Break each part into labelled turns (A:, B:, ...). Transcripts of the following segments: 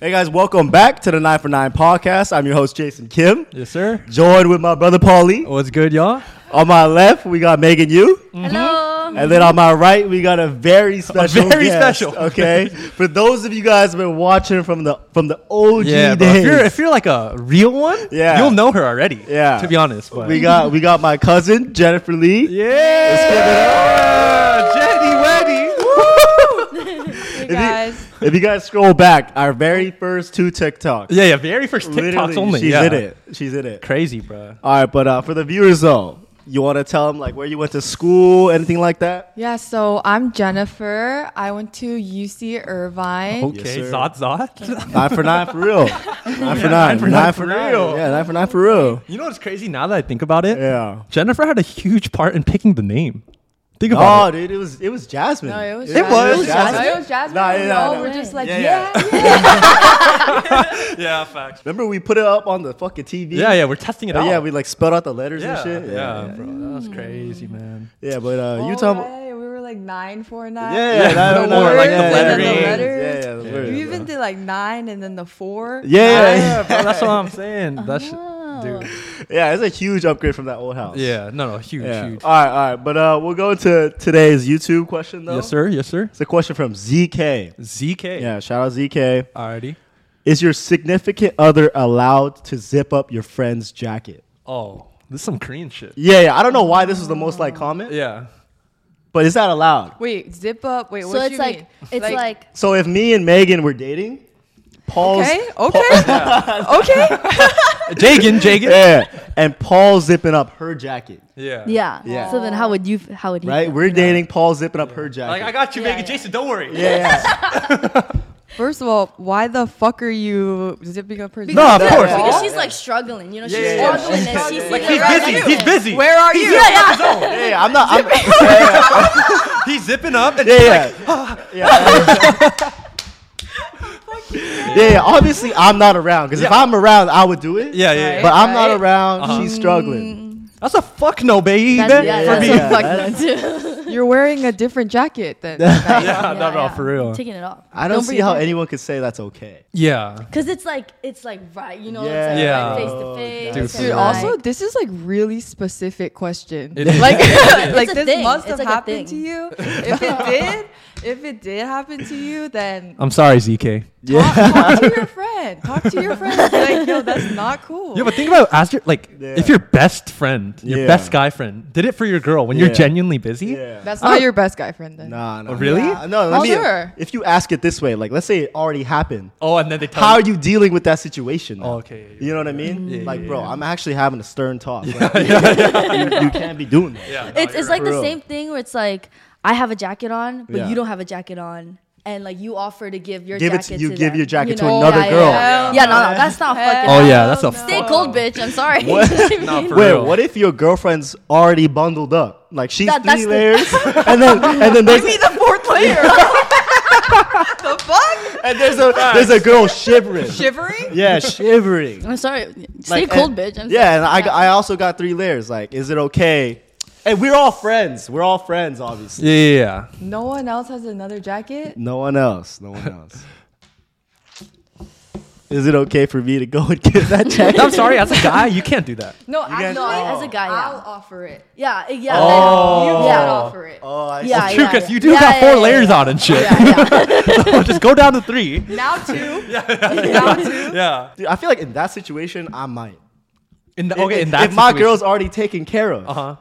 A: Hey guys, welcome back to the Nine for Nine podcast. I'm your host Jason Kim,
B: Yes, sir.
A: joined with my brother Paulie.
B: What's good, y'all?
A: On my left, we got Megan Yu,
C: Hello.
A: and then on my right, we got a very special,
B: very
A: guest,
B: special.
A: Okay, for those of you guys who've been watching from the from the OG
B: Yeah, bro,
A: days,
B: if you're if you're like a real one,
A: Yeah.
B: you'll know her already.
A: Yeah.
B: to be honest, but
A: we got we got my cousin Jennifer Lee.
B: yeah, Jenny Weddy.
C: You
A: you-
C: guys.
A: If you guys scroll back, our very first two TikToks.
B: Yeah, yeah, very first TikToks
A: Literally,
B: only.
A: she's
B: yeah.
A: in it. She's in it.
B: Crazy, bro.
A: All right, but uh, for the viewers though, you want to tell them like where you went to school, anything like that?
C: Yeah, so I'm Jennifer. I went to UC Irvine.
B: Okay,
A: sir.
B: zot zot.
A: Nine for nine for real. Nine for nine.
B: nine for nine for real.
A: Yeah, nine for nine for real.
B: you know what's crazy? Now that I think about it,
A: Yeah.
B: Jennifer had a huge part in picking the name. Think about
A: Oh, dude, it was it was Jasmine.
C: No, it was
B: It was. It was
C: Jasmine. No, it was Jasmine.
A: Nah,
C: we
A: yeah,
C: all
A: nah.
C: were just like,
B: Yeah,
C: yeah.
B: yeah.
C: yeah.
B: it. Yeah, facts.
A: Remember we put it up on the fucking TV?
B: Yeah, yeah, we're testing it
A: Uh,
B: out.
A: yeah, we like spelled out the letters
B: yeah,
A: and shit.
B: yeah,
A: yeah,
B: bro, that was crazy, man.
A: Yeah, but uh,
C: All
A: you tell me.
C: right, We were like nine, four, nine.
A: Yeah,
B: Yeah,
A: yeah, that-
B: the
A: that-
B: word, like the
A: yeah, yeah,
B: lettering.
A: yeah,
B: And
C: then the
A: Yeah,
C: letters.
A: yeah, the
C: You
A: word,
C: even
A: bro.
C: did like nine and then the four.
A: Yeah,
B: Yeah,
A: yeah, Ah.
B: bro, that's what I'm saying. That's
C: Oh.
B: dude.
A: yeah. It's a huge upgrade from that old house.
B: Yeah, no, no, huge,
A: Yeah.
B: huge.
A: All right, all right. But uh, we'll go to today's YouTube question though.
B: Yes, sir. Yes, sir.
A: It's a question from ZK.
B: ZK.
A: Yeah, shout out ZK.
B: Alrighty.
A: Is your significant other allowed to zip up your friend's jacket?
B: Oh, this is some Korean shit.
A: Yeah, yeah. I don't know why this was the most like comment,
B: Yeah.
A: but is that allowed?
C: Wait, zip up. Wait,
D: So
C: what
D: it's
C: you
D: like
C: mean?
D: it's like,
A: So if me and Megan were dating, Paul's
C: okay,
B: oh,
C: okay, okay.
B: Jagan, Jagan.
A: yeah, and Paul's zipping up her jacket,
B: Yeah.
D: yeah.
A: Uh, Yeah.
D: So then how would you how would he
A: right?
D: feel?
A: We're dating, Paul zipping up her
B: Like I
A: jacket.
B: got you,
D: Yeah,
B: Megan.
D: yeah.
B: Jason, don't worry.
A: Yeah, yeah.
C: First of all, why the fuck are you zipping up her?
B: No, of
D: Yeah,
B: course.
D: Because she's like struggling, you know, she's
A: Yeah, yeah, yeah.
D: struggling and
A: She's
D: she's
B: Like
D: like,
B: he's busy. He's busy.
C: Where are you?
A: yeah, yeah, I'm not. I'm, yeah, yeah,
B: He's zipping up. And
A: yeah, yeah.
B: ah.
A: yeah. yeah, yeah. Obviously, I'm not around because if
B: Yeah.
A: I'm around, I would do it.
B: yeah, Uh-huh. yeah, yeah.
A: but I'm not
C: Right.
A: around. She's struggling.
B: That's a fuck no, baby.
D: That's, yeah,
B: for
D: that's
B: me.
A: yeah.
D: a fuck no, too.
C: You're wearing a different jacket then.
B: Yeah, no, no, for real.
D: Taking it off.
A: I don't,
D: Don't
A: see
D: breathe
A: how
D: in.
A: anyone could say that's okay.
B: Yeah.
D: Cause it's like it's like right, you know,
A: Yeah.
D: it's like
B: Yeah.
D: right face
A: Oh,
D: to face.
A: Dude,
D: and,
B: for
C: Dude,
B: real.
D: like-
C: also, this is like really specific question.
B: It is.
C: Like, like
D: It's a
C: this
D: thing.
C: must have
D: It's like a thing.
C: happened to you. If it did, if it did happen to you, then
B: I'm sorry, ZK.
C: talk, talk to your friend. Talk to your friend. Be Like, yo, that's not cool.
B: Yeah, but think about as your like
A: Yeah.
B: if your best friend, your
A: Yeah.
B: best guy friend, did it for your girl when you're
A: Yeah.
B: genuinely busy.
C: that's
B: I
C: not
D: Oh.
B: don't-
C: your best guy friend then.
A: Nah, nah.
B: Oh, really?
A: Nah, No, let
C: Oh,
A: me,
C: sure.
A: if you ask it this way, like let's say it already happened.
B: Oh, and then they tell
A: How are
B: you.
A: you dealing with that situation? now?
B: Oh, okay. yeah,
A: You know what I mean?
B: Yeah,
A: like,
B: yeah,
A: bro,
B: yeah.
A: I'm actually having a stern talk. Like, You, you can't be doing that.
B: yeah. No,
D: it's
B: you're
D: it's like
A: For
D: the
A: real.
D: same thing where it's like I have a jacket on, but
A: Yeah.
D: you don't have a jacket on. And like you offer to give your
A: Give it
D: jacket
A: to- you
D: to
A: give
D: them,
A: your jacket to
D: know?
A: another
D: Yeah, yeah,
A: girl.
D: Yeah, Yeah, no, no, that's not fucking.
B: Oh, yeah,
D: up.
B: that's a
D: Stay
B: fuck.
D: cold, bitch. I'm sorry.
A: What?
B: Nah, for
A: Wait,
B: real.
A: what if your girlfriend's already bundled up? Like she's
D: That-
A: three
D: that's the-
A: layers, and then and then
C: Give
A: there's
C: me the fourth layer. the fuck?
A: and there's a there's a girl shivering.
C: Shivering?
A: yeah, shivering.
D: I'm sorry. Stay
A: Like,
D: cold,
A: and-
D: bitch. I'm
A: yeah,
D: sorry.
A: and I, I also got three layers. Like, is it okay? And we're all friends. We're all friends, obviously.
B: Yeah, yeah, yeah.
C: No one else has another jacket.
A: No one else. No one else. is it okay for me to go and get that check?
B: I'm sorry, as a guy, you can't do that.
C: No, I,
A: guys-
C: no,
A: Oh.
C: I,
D: as a guy, yeah.
C: I'll offer it.
D: Yeah, yeah. yeah.
B: Oh.
C: You
D: yeah.
C: can offer it.
A: Oh, I see.
D: Yeah,
B: It's true,
D: yeah,
B: because
D: yeah.
B: you do
D: Yeah,
B: got
D: yeah,
B: four
D: yeah,
B: layers
D: yeah.
B: on and shit.
D: Yeah, yeah.
B: Just go down to three.
C: Now two. Now two.
B: Yeah.
A: Dude, I feel like in that situation, I might.
B: In the, okay,
A: if,
B: in that
A: if my
B: situation.
A: girl's already taken care of,
B: Uh-huh.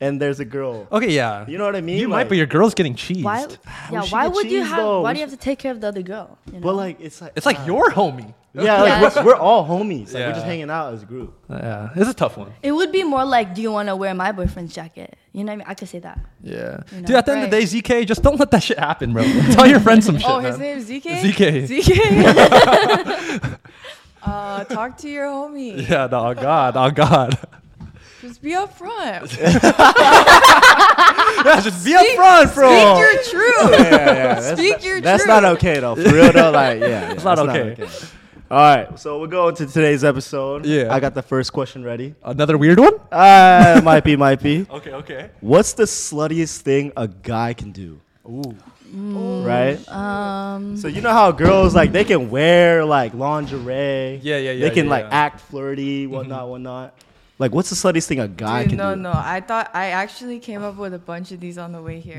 A: and there's a girl,
B: Okay, yeah.
A: You know what I mean?
B: You
A: Like-
B: might, but your girl's getting cheesed.
D: Why? Yeah.
A: she
D: Why
A: get
D: would you
A: cheese,
D: have?
A: though?
D: Why
A: We
D: do you have to take care of the other girl? You know?
A: but like, it's like
B: It's like
D: Uh.
B: your homie.
A: yeah, like
D: Yeah.
A: We're, we're all homies. Like we're
B: Yeah.
A: just hanging out as a group.
B: Yeah, it's a tough one.
D: it would be more like, do you want to wear my boyfriend's jacket? You know what I mean? I could say that.
B: Yeah. Dude,
D: know.
B: at the end of the day, ZK, just don't let that shit happen, bro. Tell your friends some shit.
C: Oh, his
B: man.
C: name is ZK?
B: ZK.
C: ZK. uh, talk to your homie.
B: Yeah, no, oh God, oh God.
C: Just be upfront.
B: yeah, just be upfront, bro.
C: Speak your truth.
A: that's
C: Speak your
A: That's
C: truth.
A: not okay though. For real though, like yeah, yeah, it's
B: not okay.
A: All right, so we're going to today's episode.
B: Yeah.
A: I got the first question ready.
B: Another weird one?
A: Uh, might be, might be.
B: Okay, okay.
A: What's the sluttiest thing a guy can do? Mm.
B: Ooh.
A: right? Um, so you know how girls like they can wear like lingerie.
E: Yeah, yeah, yeah,
A: They can
E: yeah, Mm-hmm.
A: like
E: yeah.
A: act flirty, whatnot, whatnot. Like, what's the sluttiest thing a guy
C: Dude,
A: can
C: no,
A: do?
C: no. I thought I actually came up with a bunch of these on the way here.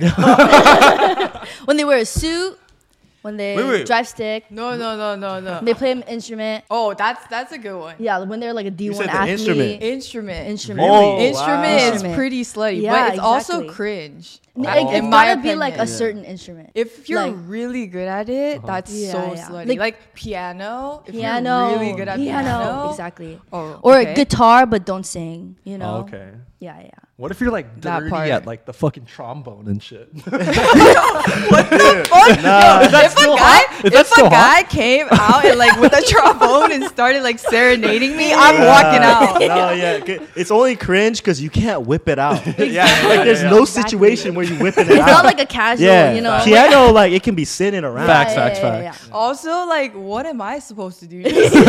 D: When they wear a suit, when they
E: Wait, wait.
D: drive stick,
C: no, no, no, no, no.
D: they play an instrument.
C: Oh, that's that's a good one.
D: Yeah, when they're like a D
A: said
D: one
A: the
D: athlete.
A: instrument.
C: Instrument.
D: Instrument.
A: Oh,
C: instrument
A: wow.
C: is pretty slutty,
D: Yeah,
C: but it's also
D: exactly.
C: cringe.
D: No,
C: I-
D: it, it's
C: in my
D: gotta be like a
C: opinion.
D: certain instrument.
C: If you're
D: like-
C: really good at it,
B: Uh-huh.
C: that's
D: Yeah,
C: so
D: yeah.
C: slutty.
D: Like-
C: Like, piano. If
D: piano,
C: you're really good at piano,
D: exactly.
C: Oh,
D: Or
C: okay.
D: a guitar, but don't sing.
A: Oh,
D: You know.
B: Oh, okay.
D: Yeah, yeah.
B: What if you're like
C: That
B: dirty
C: part.
B: at like the fucking trombone and shit?
C: if a guy,
B: Is that
C: if
B: still
C: a
B: hot?
C: guy came out and like with a trombone and started like serenading me, I'm walking out.
A: Uh, no, yeah, c- it's only cringe because you can't whip it out.
E: yeah, yeah,
A: like, there's
E: yeah,
A: no
D: Exactly.
A: situation where you whip it
D: It's
A: out.
D: not like a casual.
A: yeah,
D: You know.
A: piano, like it can be sitting around.
B: Facts,
D: Yeah,
B: facts,
D: yeah, yeah,
B: facts.
D: yeah.
C: Also, like, what am I supposed to do? Just, stand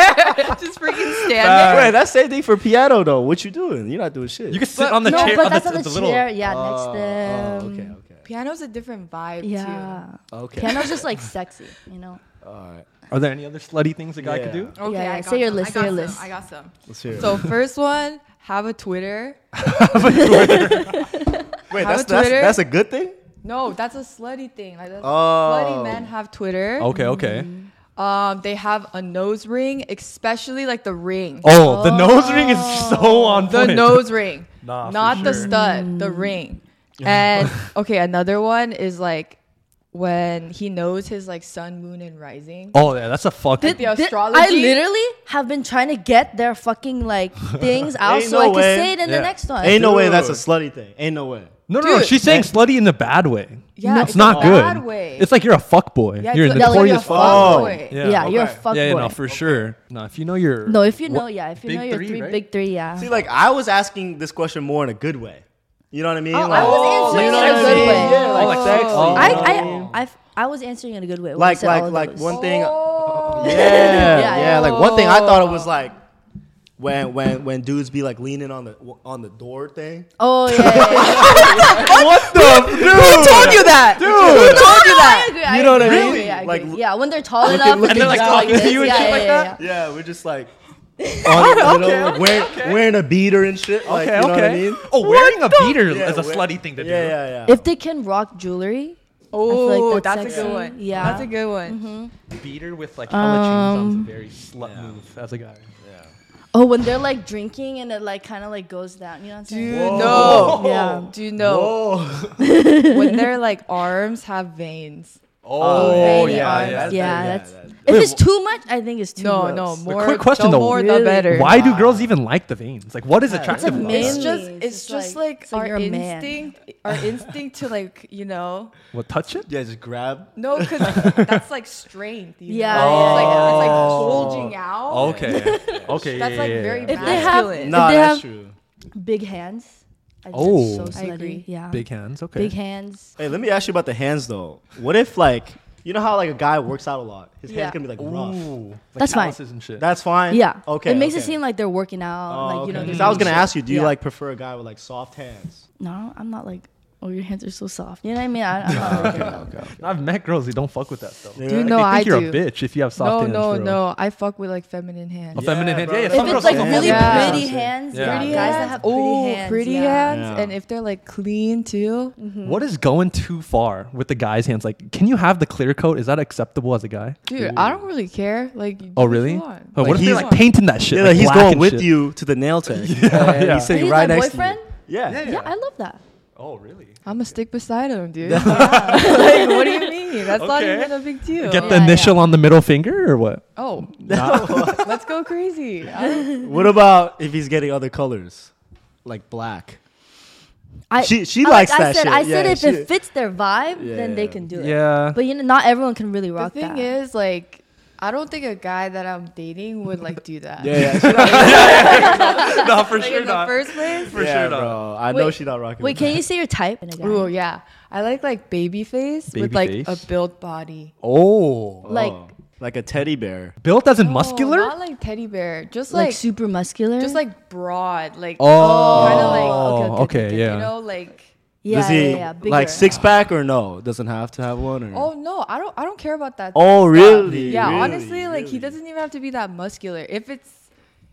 C: there? Just freaking
E: Uh,
C: stand
A: Wait, that's same thing for piano though. What you doing? You're not doing shit.
B: You can sit on the
D: no,
B: chair.
D: but
B: on
D: that's
B: the,
D: on the,
B: the little-
D: chair. Yeah, next to them.
A: Oh, okay, okay,
C: there. Piano's a different vibe
D: Yeah.
A: okay.
D: Piano's just like sexy. You know.
A: All right,
B: Are there any other slutty things a guy
A: Yeah.
B: could do?
C: too. Okay,
D: Yeah, yeah,
C: I
D: say
C: got
D: your
C: some.
D: list,
C: I
D: say
C: got
D: your
C: some.
D: list.
C: I got some.
A: let's hear it.
C: So first one, have a Twitter.
A: Wait,
C: have
A: that's,
C: a
A: that's
C: Twitter?
A: that's a good thing.
C: No, that's a slutty thing. Like that's
A: Oh.
C: slutty men have Twitter.
B: Okay, okay.
C: Um, they have a nose ring, especially like the ring.
B: Oh, the nose ring is so on
C: The
B: point.
C: nose ring,
B: Nah, for
C: not the
B: sure.
C: stud, the ring. And okay, another one is like when he knows his like sun, moon, and rising.
B: Oh yeah, that's a fucking.
C: The
D: Th- I
C: astrology?
D: literally have been trying to get their fucking like things out
A: Ain't
D: so
A: no
D: I can
A: way.
D: say it in
B: Yeah.
D: the next one.
A: Ain't no way that's a
B: Dude.
A: slutty thing. Ain't no way.
B: no, no, no.
C: Dude.
B: She's saying slutty in a bad way.
C: Yeah,
B: No, it's,
C: it's a
B: not good.
C: bad way.
B: It's like you're a fuck boy.
C: Yeah,
B: you're
C: it's
B: a
C: like-
D: Yeah, like
B: notorious
D: you're a
B: fuck. Oh,
A: fuck.
C: fuckboy.
D: Yeah, you're a fuck
B: yeah, yeah,
D: boy.
B: no, for sure. No, if you know your
D: No, if you
B: wha-
D: know, yeah, if you
B: big
D: know your
B: three,
D: three,
B: right?
D: big three, yeah.
A: See, like I was asking this question more in a good way. You know what I mean? like,
D: I was answering
A: oh, you know
D: in a
A: what I
D: good
A: mean?
D: way.
A: Yeah, like
B: Oh.
A: sexy.
D: I, I, I, f- I was answering in a good way. when you
A: like
D: said all
A: like like
D: of those.
C: Oh.
A: one thing. Yeah, yeah,
D: Yeah, yeah.
A: Like one thing I thought it was like when when when dudes be like leaning on the on the door thing.
D: Oh yeah, yeah, yeah.
A: what the
C: Who told you that? Who told you
D: I
C: that?
D: agree. I
A: You know what I
D: agree,
A: mean?
D: agree, I
A: Like,
D: agree. yeah, when they're tall
A: look at-
D: enough,
A: look at- And they're,
B: like,
D: can go
B: talking to
D: this.
B: you and
D: yeah,
B: shit
D: yeah,
B: like
D: yeah,
B: that?
A: Yeah, we're just like. on, you know, like, wearing, wearing a beater and shit. like,
B: Okay,
A: you know
B: okay.
A: what I mean?
B: Oh, wearing a beater
A: Yeah,
B: is a
A: wear-
B: slutty thing to do.
A: Yeah, yeah,
D: yeah.
A: yeah.
D: If they can rock jewelry,
C: Oh,
D: like that's
C: that's, a
D: sexy.
C: good one.
D: Yeah. Mm-hmm.
C: that's a good one.
B: Beater with like hella chains on is a very slut move as a guy.
D: oh, when they're like drinking and it like kind of like goes down, you know what I'm saying?
C: Dude, no.
D: Yeah.
C: Dude, no.
A: Oh,
C: When their like arms have veins.
B: Oh,
D: Veiny
B: yeah,
D: arms.
B: yeah.
A: that's-
D: yeah.
A: yeah,
D: that's-
A: that's-
D: if
B: Wait,
D: it's too much, I think it's too
C: No,
D: gross.
C: no. More,
B: quick question,
C: the
B: though.
C: more the
D: Really?
C: better.
B: Why do girls even like the veins? Like, what is
D: It's like
B: attractive? about
D: manly.
C: It's
B: that?
C: just,
D: It's
C: it's,
D: just
C: just
D: like-
C: like,
D: it's like
C: our
D: you're a man.
C: instinct, our instinct to like, you know,
B: What touch it?
A: yeah, just grab.
C: no, because that's like strength. You
D: Yeah,
C: know?
D: yeah,
C: it's like,
D: yeah.
C: it's like
B: Oh.
C: bulging out.
B: Okay, okay.
C: That's like very
D: If they have-
C: masculine.
D: No.
A: Nah,
D: they
A: that's
D: have-
A: true.
D: Big hands. I think
B: Oh.
D: that's so
C: I
D: slutty.
C: agree.
D: Yeah.
B: big hands. Okay.
D: Big hands.
A: Hey, let me ask you about the hands though. What if like you know how like a guy works out a lot, his
D: Yeah.
A: hands can be like rough.
B: Ooh, like
D: That's fine.
B: calluses and shit.
A: That's fine.
D: Yeah.
A: Okay.
D: It makes it
A: okay.
D: seem like they're working out.
A: Oh,
D: like you know.
A: okay.
D: they're
A: 'Cause I was
D: doing
A: gonna
D: shit.
A: ask you, do you
D: Yeah.
A: like prefer a guy with like soft hands?
D: No, I'm not like. Oh, your hands are so soft. You know what I mean? I, I'm not like that.
B: I've met girls who don't fuck with that stuff.
A: Yeah.
C: Dude,
B: they
C: no,
B: think
C: I
B: you're
C: do.
B: a bitch if you have soft
C: No,
B: hands.
C: no,
B: bro.
C: no. I fuck with like feminine hands.
B: A feminine
A: Yeah,
B: hand.
A: bro.
B: Yeah, yeah,
A: If
B: some
D: If
B: girls
D: it's
A: girls
D: like
A: like
D: really
C: hands.
D: pretty
B: Yeah.
D: hands,
B: Yeah.
D: pretty
B: Pretty
D: guys that
C: hands.
D: have pretty
C: oh,
D: hands.
C: pretty
D: yeah.
C: hands,
A: Yeah.
C: and if they're like clean too.
B: What is going too far with the guy's hands? Like, can you have the clear coat? Is that acceptable as a guy?
C: Dude, I don't really care. Like, do
B: Oh,
C: what you
B: really? Oh,
C: want.
B: what if
A: he's-
B: they're like painting that shit?
A: Yeah,
B: like
A: like he's
B: black
A: going
B: and
A: with
B: shit?
A: you to the nail tech.
B: Yeah, yeah.
A: He's sitting
D: He's
A: right
D: my
A: next
D: boyfriend.
A: to you. Yeah.
B: Yeah.
D: Yeah, I love that.
B: Oh, really?
C: I'm a stick beside him, dude. like, what do you mean? That's not
B: Okay.
C: even a big deal.
B: Get the
D: Yeah,
B: initial on the middle finger or what?
C: oh, let's go crazy. I don't-
A: What about if he's getting other colors, like black?
D: I,
A: She- she
D: I
A: likes
D: like, I
A: that
D: said,
A: shit.
D: I said
A: Yeah,
D: if
A: she-
D: it fits their vibe, then they
A: Yeah.
D: can do it.
B: Yeah.
D: But you know, not everyone can really
C: the
D: rock
C: thing
D: that.
C: is, like, I don't think a guy that I'm dating would like do that.
A: Yeah, yeah,
B: no, for
C: Like, in the first place.
B: For
A: yeah,
B: sure not.
A: bro. I know
D: Wait,
A: she's not rocking.
D: Wait,
A: with
D: can you say your type? in a guy?
C: Ooh, yeah. I like like baby face with
B: Baby
C: like
B: face?
C: a built body.
B: Oh,
A: that.
D: like-
A: Oh, like a teddy bear.
B: built as in
C: No,
B: muscular.
C: Oh, not like teddy bear. Just
D: like,
C: like,
D: super muscular.
C: just like broad. Like
B: oh,
C: kinda like-
D: okay, okay,
B: okay,
D: okay,
B: yeah.
C: you know, like
D: Yeah,
A: Does
D: yeah,
A: he
D: yeah, bigger.
A: like six pack or no? Doesn't have to have one or.
C: Oh no, I don't. I don't care about that.
A: Oh,
C: stuff.
A: really?
C: Yeah,
A: Really?
C: honestly, like he doesn't even have to be that muscular. If it's,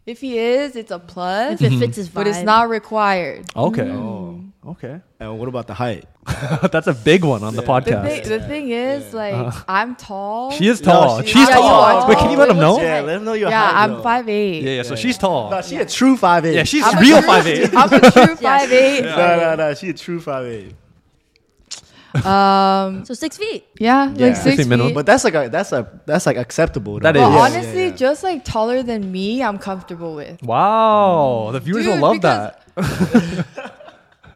C: if he is, it's a plus.
D: If it fits his vibe.
C: but it's not required.
B: Okay.
A: Oh.
B: Okay.
A: And what about the height?
B: That's a big one on the
C: The,
B: podcast.
C: thing, the thing is, like, I'm tall.
B: Uh-huh. She is
A: No,
B: tall.
A: she-
B: she's
A: Yeah, you
B: tall.
A: are
B: Wait, can you let
C: tall.
B: him know?
A: Yeah, let him know your
C: yeah,
A: height.
C: I'm
A: though.
C: five eight.
B: Yeah, yeah. So she's tall.
A: No, she a true five eight.
B: Yeah, she's
C: I'm a
B: real
C: true-
B: five eight.
C: I'm a true five eight.
A: No, no, no. She a true five eight.
C: Um,
D: so six feet.
C: yeah,
A: Yeah.
C: like six
B: Fifteen minimum.
C: feet.
A: But that's like a that's a that's like acceptable. Though.
B: That
C: But
B: is. Yeah, yeah,
C: honestly, just like taller than me, I'm comfortable with.
B: Wow, the viewers will
C: Dude,
B: love
C: because-
B: that.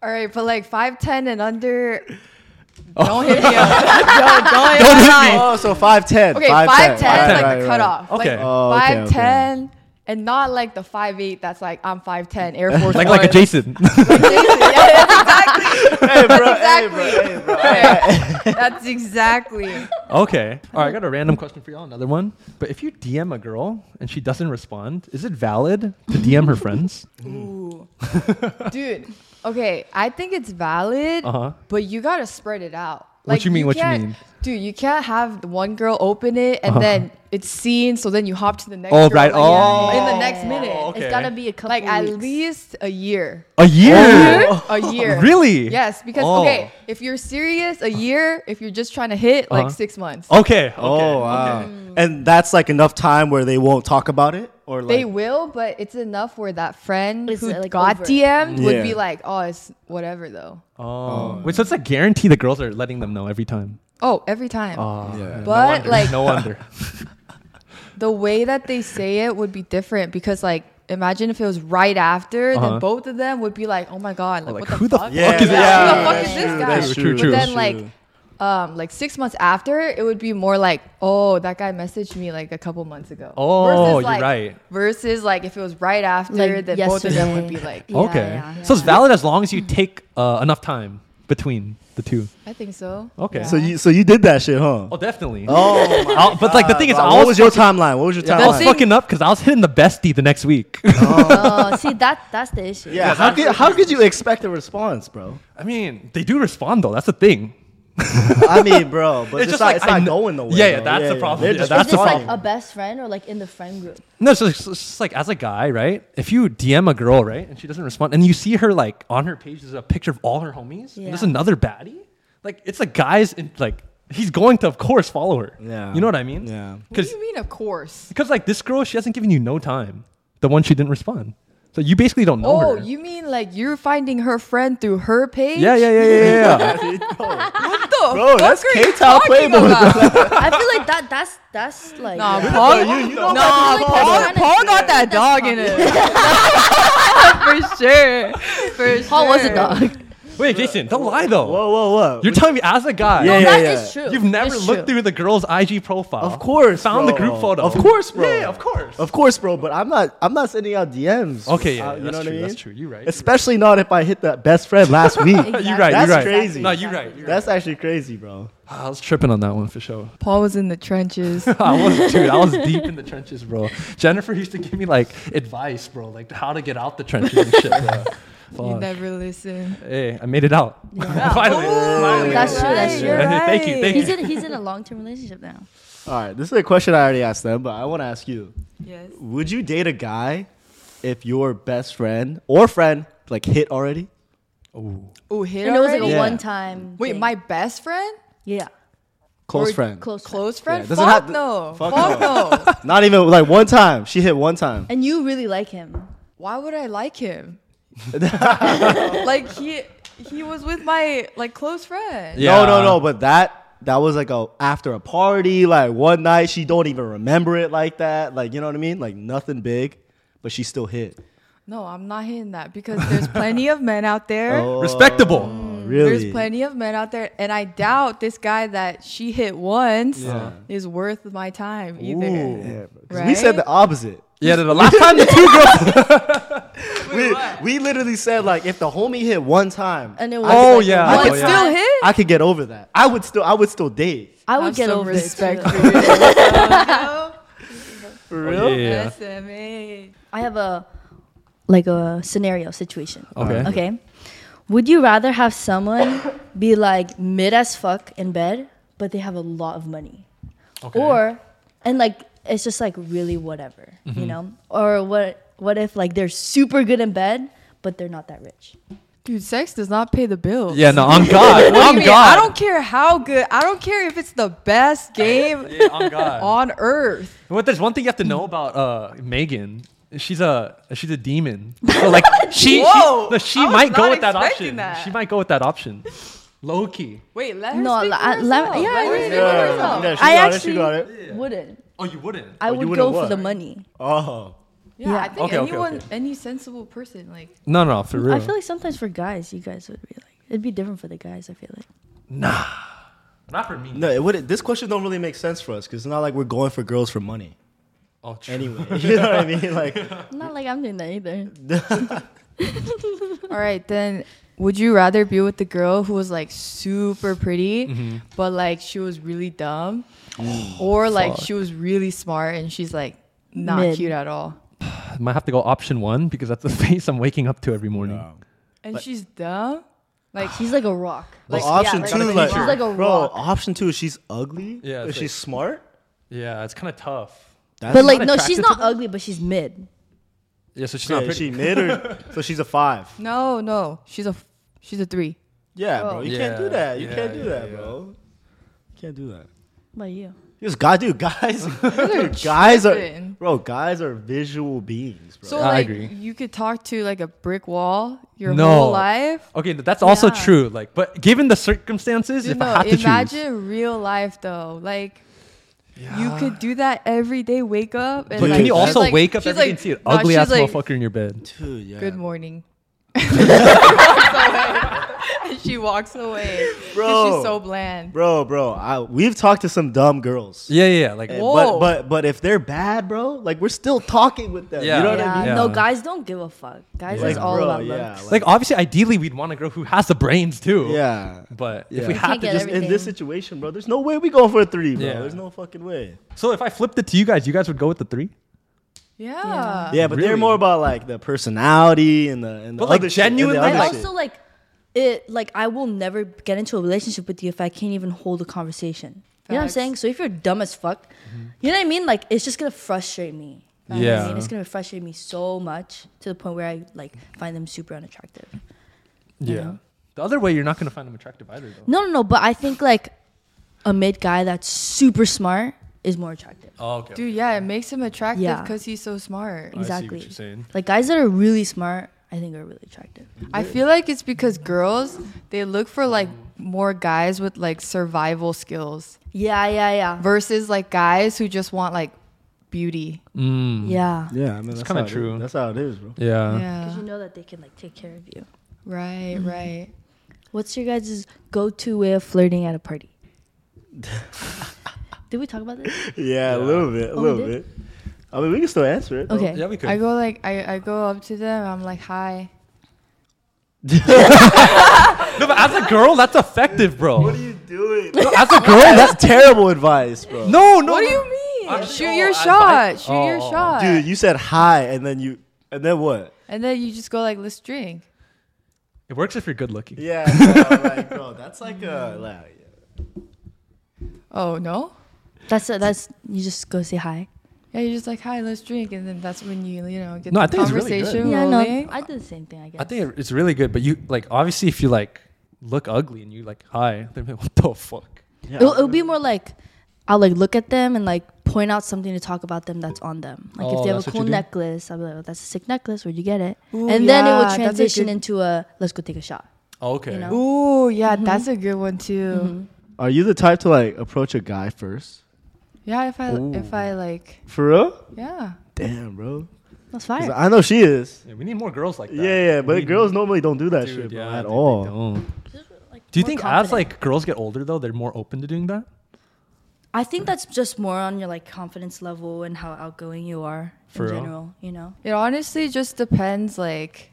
C: All right, but like five ten and under, don't hit me up. don't, don't hit my line.
A: Oh, so five ten.
C: Okay, five ten is like the cutoff.
B: Okay.
C: Okay,
A: Oh, okay, okay.
C: five ten, and not like the five eight. That's like I'm five ten, Air Force.
B: Like like a
C: One.
B: Jason.
C: Yeah, that's
A: Hey, bro, hey, bro,
C: exactly.
A: hey, bro.
C: exactly. that's exactly.
B: okay. All right, I got a random question for y'all. Another one. But if you DM a girl and she doesn't respond, is it valid to DM her friends?
C: Ooh, dude. Okay, I think it's valid,
B: Uh-huh.
C: but you gotta spread it out.
B: What you mean, what you
C: can't-
B: mean? Uh-huh.
C: Dude, you can't have the one girl open it and then it's seen, so then you hop to the next.
B: Oh,
C: girl,
B: right.
C: like,
B: Oh.
C: in the next minute,
B: Oh, okay.
D: It's gotta be a couple.
C: like at
D: weeks.
C: least a year.
B: A year.
C: a year.
B: Oh. Really?
C: Yes, because
B: Oh.
C: okay, if you're serious, a year. If you're just trying to hit,
B: Uh-huh.
C: like six months.
B: Okay. okay.
A: Oh wow. And that's like enough time where they won't talk about it or like.
C: They will, but it's enough where that friend
D: Is
C: who
D: it, like,
C: got
D: over?
C: DM'd
A: Yeah.
C: would be like, "Oh, it's whatever though."
B: Oh. Wait, so it's a guarantee the girls are letting them know every time.
C: Oh, every time.
B: Oh.
A: yeah.
B: No
C: but
B: wonder.
C: like
B: no wonder.
C: the way that they say it would be different because like imagine if it was right after,
B: Uh-huh.
C: then both of them would be like, "Oh my god, like,
B: like,
C: what the
B: who the
C: fuck?"
B: fuck is it?
C: Yeah, who the fuck
A: that's
C: is this
A: true,
C: guy?
A: that's
B: True,
A: true,
B: true.
C: But
A: true.
C: then like um like six months after it would be more like oh that guy messaged me like a couple months ago
B: Oh, you're
C: like-
B: right.
C: versus like if it was right after
D: Like
C: then both of them would be
D: yesterday.
C: like
D: Yeah,
B: okay.
D: yeah,
B: So it's valid as long as you take uh, enough time between the two.
C: i think so
B: Okay.
A: So you so you did that shit, huh?
B: oh, definitely.
A: Oh, my
B: I'll- but like the thing is,
A: God.
B: I
A: what was
B: was,
A: your timeline? What was your
B: I
C: Yeah.
B: was
A: timeline?
C: thing-
B: fucking up because I was hitting the bestie the next week.
D: Oh, see that that's the issue.
A: Yeah, how could how could you expect a response, bro?
B: I mean, they do respond though. That's the thing.
A: I mean, bro, but
B: It's
A: it's,
B: just
A: not,
B: like
A: it's
B: I
A: not
B: kn-
A: going nowhere.
B: Yeah, yeah,
A: bro.
B: that's the problem.
A: They're
B: Yeah,
A: just
B: that's
D: Is
B: the
D: this
A: responding.
D: like a best friend or like in the friend group?
B: No, it's just, it's just like as a guy, right? If you DM a girl, right, and she doesn't respond, and you see her like on her page, there's a picture of all her homies. And there's
D: Yeah.
B: another baddie. Like it's a guy's in, like he's going to of course follow her.
A: Yeah.
B: you know what I mean?
A: Yeah.
C: what
B: because
C: do you mean of course
B: because like this girl, she hasn't given you no time. The one she didn't respond, so you basically don't know
C: oh
B: her.
C: you mean like you're finding her friend through her page
B: yeah, yeah, yeah, yeah, yeah, yeah.
C: what the
A: Bro,
C: fuck
A: that's
C: are you
A: K-Town
C: talking
A: Playboy.
C: about?
D: I feel like that that's that's like
C: nah
D: yeah.
C: paul
A: Bro, you- you
C: nah,
A: don't
D: fuck with
C: paul,
D: Paul.
C: Oh, Paul got that dog in it for sure for
D: Paul was a
C: sure.
D: dog.
B: Wait, Jason, don't lie though.
A: Whoa, whoa, whoa!
B: You're telling me as a guy,
A: Yeah,
D: That
A: yeah.
D: is true.
B: you've never
D: It's
B: looked
D: true.
B: through the girl's IG profile.
A: Of course,
B: found the
A: bro.
B: group photo.
A: Of course, bro.
B: Yeah, of course.
A: Of course, bro. But I'm not. I'm not sending out DMs.
B: Okay, yeah,
A: Uh,
B: yeah, that's true. That's true. You're right.
A: Especially not if I hit that best friend last week.
B: You're right. You're right.
A: That's
B: you're right.
A: crazy.
B: No, you're right. You're
A: That's actually crazy, bro.
B: right. I was tripping on that one for sure.
C: paul was in the trenches
B: I was, dude. I was deep in the trenches, bro. Jennifer used to give me like advice, bro, like how to get out the trenches and shit. Bro.
C: you
B: Fuck.
C: never listen
B: Hey, I made it out. Finally. Finally.
D: That's true, that's true.
B: Thank you, thank
D: He's
B: you.
D: in he's in a long term relationship now.
A: All right, this is a question I already asked them, but I want to ask you:
C: yes
A: Would you date a guy if your best friend or friend like hit already?
C: oh hit
D: And it was like a
C: already?
A: Yeah.
D: one time.
C: wait my best friend
D: yeah
A: Close
C: Or
A: friend.
D: close
C: close friend
A: Yeah, doesn't
C: fuck,
A: have to-
C: no.
A: fuck
C: fuck no
A: Not even like one time. She hit one time.
D: And you really like him.
C: why would I like him? like he he was with my like close friend.
B: Yeah.
A: No, no, no. But that that was like a after a party, like one night. She don't even remember it like that. Like you know what I mean? Like nothing big, but she still hit.
C: No, I'm not hitting that because there's plenty of men out there.
B: Respectable.
A: Really?
C: Mm. There's plenty of men out there, and I doubt this guy that she hit once is worth my time either.
A: Yeah, bro. 'Cause We said
C: Right?
A: the opposite.
B: Yeah, the the last time the two girls.
A: We, we literally said like if the homie hit one time,
D: And it was
B: Oh,
D: like
B: yeah.
D: one
B: I
C: I
B: could
C: could
B: yeah.
C: still
D: time.
C: hit.
A: I could get over that. I would still I would still date.
D: I would
C: Have
D: get
C: some
D: over
C: respect
D: it. too.
C: for yourself.
A: For
B: Yeah.
A: real?
C: SMA.
D: I have a like a scenario situation.
B: Okay.
D: Okay. Would you rather have someone be like mid as fuck in bed, but they have a lot of money?
B: Okay.
D: Or and like it's just like really whatever,
B: Mm-hmm.
D: you know? Or what what if like they're super good in bed, but they're not that rich?
C: Dude, sex does not pay the bills.
B: yeah, no, I'm God.
C: What do you
B: I'm
C: mean?
B: God.
C: I don't care how good. I don't care if it's the best game
B: Yeah, I'm God.
C: on earth.
B: But there's one thing you have to know about uh, Megan. She's a she's a demon. So like she she,
C: Whoa,
B: no, she
C: I was
B: might go
C: not
B: with that option.
C: expecting that.
B: She might go with that option. Low key.
C: Wait, let her
D: No,
C: speak
D: I-
C: for
D: let-
C: herself.
D: yeah,
C: Let her
D: yeah,
C: speak
D: yeah,
C: for
D: yeah.
C: herself.
A: Yeah, she
D: I
A: got it,
D: actually
A: she got it.
D: wouldn't.
B: Oh, you wouldn't.
D: I
A: you
D: would
A: wouldn't
D: go for
A: what?
D: the money.
A: Oh.
C: Yeah, I think
B: Okay, okay,
C: anyone,
B: okay.
C: any sensible person, like
B: No, no, for real.
D: I feel like sometimes for guys, you guys would be like it'd be different for the guys, I feel like.
B: not for me.
A: No, it would. This question don't really make sense for us because it's not like we're going for girls for money.
B: Oh, true.
A: Anyway, you know what I mean? Like,
D: Not like I'm doing that either.
C: All right, then would you rather be with the girl who was like super pretty,
B: Mm-hmm.
C: but like she was really dumb,
B: Oh,
C: or like she was really smart and she's like not
D: Mid.
C: cute at all,
B: I might have to go option one because that's the face I'm waking up to every morning.
C: and she's dumb? Like
D: She's like a rock.
A: well,
B: Like,
A: option
D: yeah, like
A: two,
D: a
A: like,
D: picture. She's like a
A: bro,
D: rock.
A: option two, she's ugly.
B: Yeah,
A: Yeah,
B: it's
A: she's smart.
B: Yeah, it's kind of tough.
A: That's
D: But like
B: not
D: no, she's
B: attracted to
D: not ugly, but she's mid.
B: Yeah, so she's
A: yeah,
B: not
A: she
B: pretty.
A: mid or so she's a five.
C: no, no, she's a f- she's a three.
A: Yeah, bro, you can't
B: Yeah,
A: do that. You
B: yeah,
A: can't do
B: yeah,
A: that,
B: yeah.
A: bro. You can't do that.
D: By you.
A: Because God, dude, guys, dude, guys are
C: tripping.
A: bro, guys are visual beings, bro.
C: So
B: I
C: like
B: agree.
C: you could talk to like a brick wall your
B: No.
C: whole life.
B: Okay, th- that's also
C: Yeah.
B: true. Like, but given the circumstances,
C: You
B: if
C: know,
B: I have to
C: imagine real life though, like. You could do that every day. Wake up, and
B: choose. But
C: like,
B: can you
C: she's
B: also
C: like-
B: wake up
C: she's
B: every day
C: like-
B: and see an
C: no,
B: ugly ass
C: she's like,
B: motherfucker in your bed?
A: dude, yeah,
C: good morning. and she walks away. 'Cause
A: Bro.
C: She's so bland.
A: bro, bro. I, we've talked to some dumb girls.
B: Yeah, yeah, yeah, like
A: And- But
C: Whoa.
A: but but if they're bad, bro, like we're still talking with them.
B: Yeah.
A: You know what I
D: Yeah.
A: mean?
B: Yeah.
D: Uh, No, guys don't give a fuck. Guys
B: Yeah.
D: it's all
A: bro,
D: about
A: yeah,
D: looks.
B: like obviously, ideally, we'd want a girl who has the brains too.
A: yeah.
B: But if
A: Yeah.
B: we
A: You
B: have
D: can't
B: to
D: get
B: just
A: Just in this situation, bro, there's no way we go for a three, bro.
B: Yeah.
A: There's no fucking way.
B: So if I flipped it to you guys, you guys would go with the three?
C: Yeah.
A: Yeah, but they're
B: Really?
A: more about like the personality and the and the
B: But, like,
A: other shit, and the
B: genuinely,
A: other
D: And
B: like-
A: shit.
D: also like it like I will never get into a relationship with you if I can't even hold a conversation. You know what I'm
C: Facts.
D: saying? So if you're dumb as fuck, you know what I mean? Like it's just gonna frustrate me. You know what I
B: Yeah.
D: mean? It's gonna frustrate me so much to the point where I like find them super unattractive.
B: Yeah. The other way, you're not gonna find them attractive either, though.
D: No, no, no. But I think like a mid guy that's super smart is more attractive.
B: Oh, okay.
C: Dude, yeah, it makes him attractive
D: Yeah.
C: because he's so smart.
B: I see what
D: Exactly.
B: you're saying.
D: Like guys that are really smart, I think are really attractive.
C: I feel like it's because girls, they look for like more guys with like survival skills
D: Yeah, yeah, yeah.
C: versus like guys who just want like beauty.
D: Mm. Yeah.
A: yeah, I mean, that's
B: kinda
A: how it is.
B: true.
A: That's how it is, bro.
B: Yeah.
C: Yeah.
D: Because you know that they can like take care of you.
C: Right, right.
D: What's your guys' go-to way of flirting at a party? Did we talk about this?
A: Yeah, a little bit, a
D: we
A: little
D: did?
A: bit. I mean, we can still answer it. bro.
D: Okay.
B: Yeah, we could.
C: I go like I, I go up to them, I'm like, hi.
B: no, but as a girl, that's effective, bro.
A: What are you doing?
B: As a girl, that's
A: that's terrible advice, bro.
B: no, no.
C: What do
B: no.
C: you mean?
B: I'm-
C: Shoot
B: oh,
C: your
B: I-
C: shot.
B: I-
C: Shoot your
B: oh, oh, oh.
C: shot.
A: dude, you said hi, and then you, and then what?
C: And then you just go like, let's drink.
B: It works if you're good looking.
A: Yeah, bro, like, bro, that's like a like,
C: Oh no?
D: That's that's you just go say hi.
C: Yeah, you're just like, hi, let's drink, and then that's when you, you know, get
B: No, I
C: the
B: think it's really good.
C: conversation
D: Yeah, no,
C: rolling.
D: I did the same thing. I guess.
B: I think it's really good, but you like obviously if you like look ugly and you like hi, they're like, what the fuck?
A: yeah.
D: it'll, it'll be more like I'll like look at them and like point out something to talk about them that's on them. Like
B: Oh,
D: if they have
B: that's
D: a
B: what
D: cool
B: you do?
D: necklace, I'll be like, well, "That's a sick necklace. Where'd you get it?"
C: Ooh,
D: and then it
C: yeah, that's
D: will
C: a
D: transition
C: good-
D: into a "Let's go take a shot."
B: Oh, okay.
D: You know?
C: Ooh, yeah, that's a good one too.
A: Are you the type to like approach a guy first?
C: Yeah, if I if I like,
A: For real?
C: yeah,
A: Damn, bro.
D: That's
A: 'Cause
D: fire.
A: I know she is.
B: Yeah, we need more girls like that.
A: Yeah, yeah, but
B: We need-
A: girls normally don't do that
B: Dude,
A: shit bro,
B: yeah,
A: at
B: they- they
A: all.
B: don't.
D: Like,
B: Do you
D: more
B: think as
D: confident.
B: like girls get older though, they're more open to doing that?
D: I think that's just more on your like confidence level and how outgoing you are
B: For
D: in
B: real?
D: general. You know.
C: it honestly just depends. Like,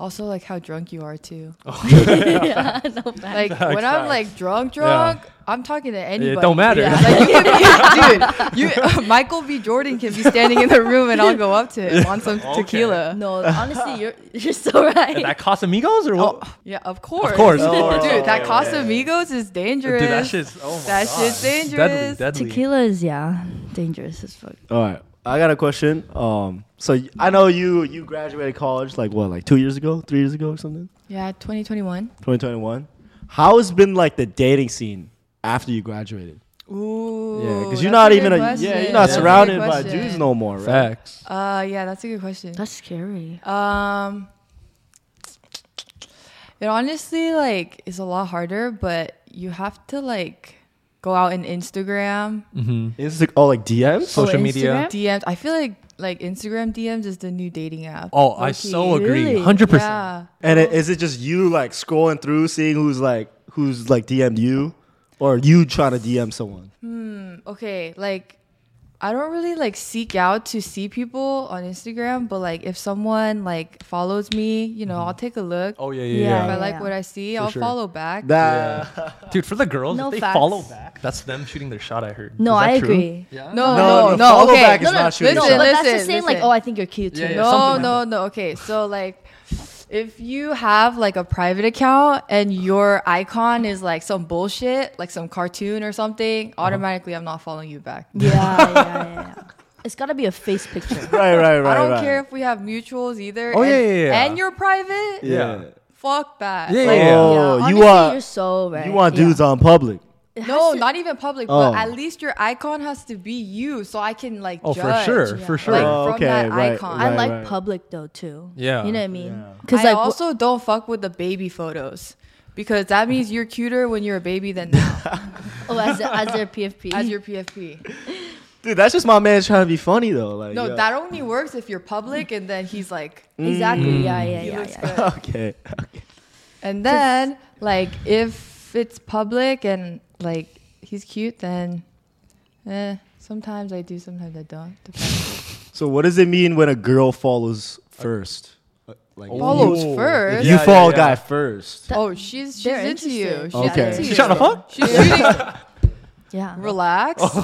C: Also, like how drunk you are too.
D: yeah, no bad.
C: Like when I'm like drunk, drunk, I'm talking to anybody.
B: don't matter.
C: Yeah, Like you can be, dude. You, Michael B. Jordan can be standing in the room, and I'll go up to him on some
B: Okay.
C: tequila.
D: no, honestly, you're you're so right.
B: Is that Casamigos or what?
C: Yeah, of course.
B: course.
C: dude.
B: Of course. Oh,
C: that
B: yeah,
C: Casamigos is dangerous.
B: Dude, that shit's oh my
C: That
B: god.
C: shit's
B: Deadly,
C: dangerous.
B: deadly.
D: Tequila is yeah, dangerous as fuck.
A: All right, I got a question. Um, so y- I know you you graduated college like what, like two years ago, three years ago, or something,
C: Yeah, 2021.
A: 2021. How has been like the dating scene after you graduated?
C: Ooh.
A: yeah,
C: that's
A: because you're not
C: good
A: even a,
C: question.
A: yeah, you're
C: That's
A: not
C: a good
A: surrounded by
C: question.
A: dudes no more, right?
B: Facts.
C: Uh, yeah, that's a good question.
D: That's scary.
C: Um, it honestly like is a lot harder, but you have to like go out and Instagram
A: Insta- oh, like DMs.
B: Social media.
C: DMs. I feel like like Instagram DMs is the new dating app.
B: Oh, I so
D: Low-key,
B: agree.
D: really?
B: 100%.
C: Yeah.
A: And it, is it just you like scrolling through, seeing who's like who's like DM'd you, or you trying to DM someone?
C: Okay, like I don't really like seek out to see people on Instagram, but like if someone like follows me, you know, I'll take a look.
B: Oh, yeah,
D: Yeah,
B: yeah,
C: if
B: yeah.
C: I like
D: yeah.
C: what I see, I'll
B: sure.
C: follow back.
A: That
B: Dude, for the girls,
D: No
B: if they
D: facts.
B: follow back, that's them shooting their shot, I heard.
D: No,
B: Is that
D: I
B: true?
D: agree.
B: Yeah.
C: no,
A: No,
C: no, no,
A: no, follow
C: okay.
A: back is
D: No, no,
A: not shooting
C: listen,
D: no, but that's the
C: listen,
D: same. Like,
C: listen.
D: oh, I think you're cute too.
B: Yeah, yeah,
D: or
C: No,
D: something like
C: no,
D: that.
C: no. Okay, so like, if you have like a private account and your icon is like some bullshit, like some cartoon or something, automatically I'm not following you back.
D: Yeah, yeah, yeah, yeah. It's gotta be a face picture.
A: right, right, right.
C: I don't
A: right.
C: care if we have mutuals either.
B: Oh,
C: and,
B: yeah, yeah, yeah.
C: And you're private.
A: Yeah.
C: Fuck that.
B: Yeah,
C: Like,
B: yeah, yeah.
A: Oh,
D: yeah,
A: you
D: honestly,
A: want
D: You're so right.
A: you want
D: Yeah.
A: dudes on public.
C: No, not even public,
A: Oh.
C: but at least your icon has to be you, so I can like.
B: Oh, for
C: judge.
B: sure.
D: yeah.
B: For sure.
C: Like
A: Oh,
C: from
A: okay,
C: that
A: right,
C: icon.
A: right.
D: I like public though too.
B: Yeah.
D: you know what I mean.
C: Because
D: Because
C: I
D: like also,
C: also don't fuck with the baby photos. Because that means you're cuter when you're a baby than now
D: oh, as, as their PFP.
C: as your PFP.
A: Dude, that's just my man trying to be funny though. Like
C: No,
A: yo.
C: that only works if you're public, and then he's like,
B: Mm.
D: exactly. Yeah,
A: Mm.
D: yeah, yeah.
C: looks
D: yeah.
C: good.
A: okay. okay.
C: and then like if it's public and like he's cute, then eh, sometimes I do, sometimes I don't.
A: So what does it mean when a girl follows first? Uh, Oh. Like
C: Follows
B: Ooh.
A: if
C: first.
A: you
B: Oh. Yeah,
A: follow
B: yeah,
A: a guy
B: yeah.
A: first.
C: Oh, she's she's
D: They're
C: into you.
D: interested.
C: She's
A: Okay.
C: into
A: She's
C: you.
B: trying to fuck?
C: She's shooting.
D: Yeah.
C: Relax,
B: it's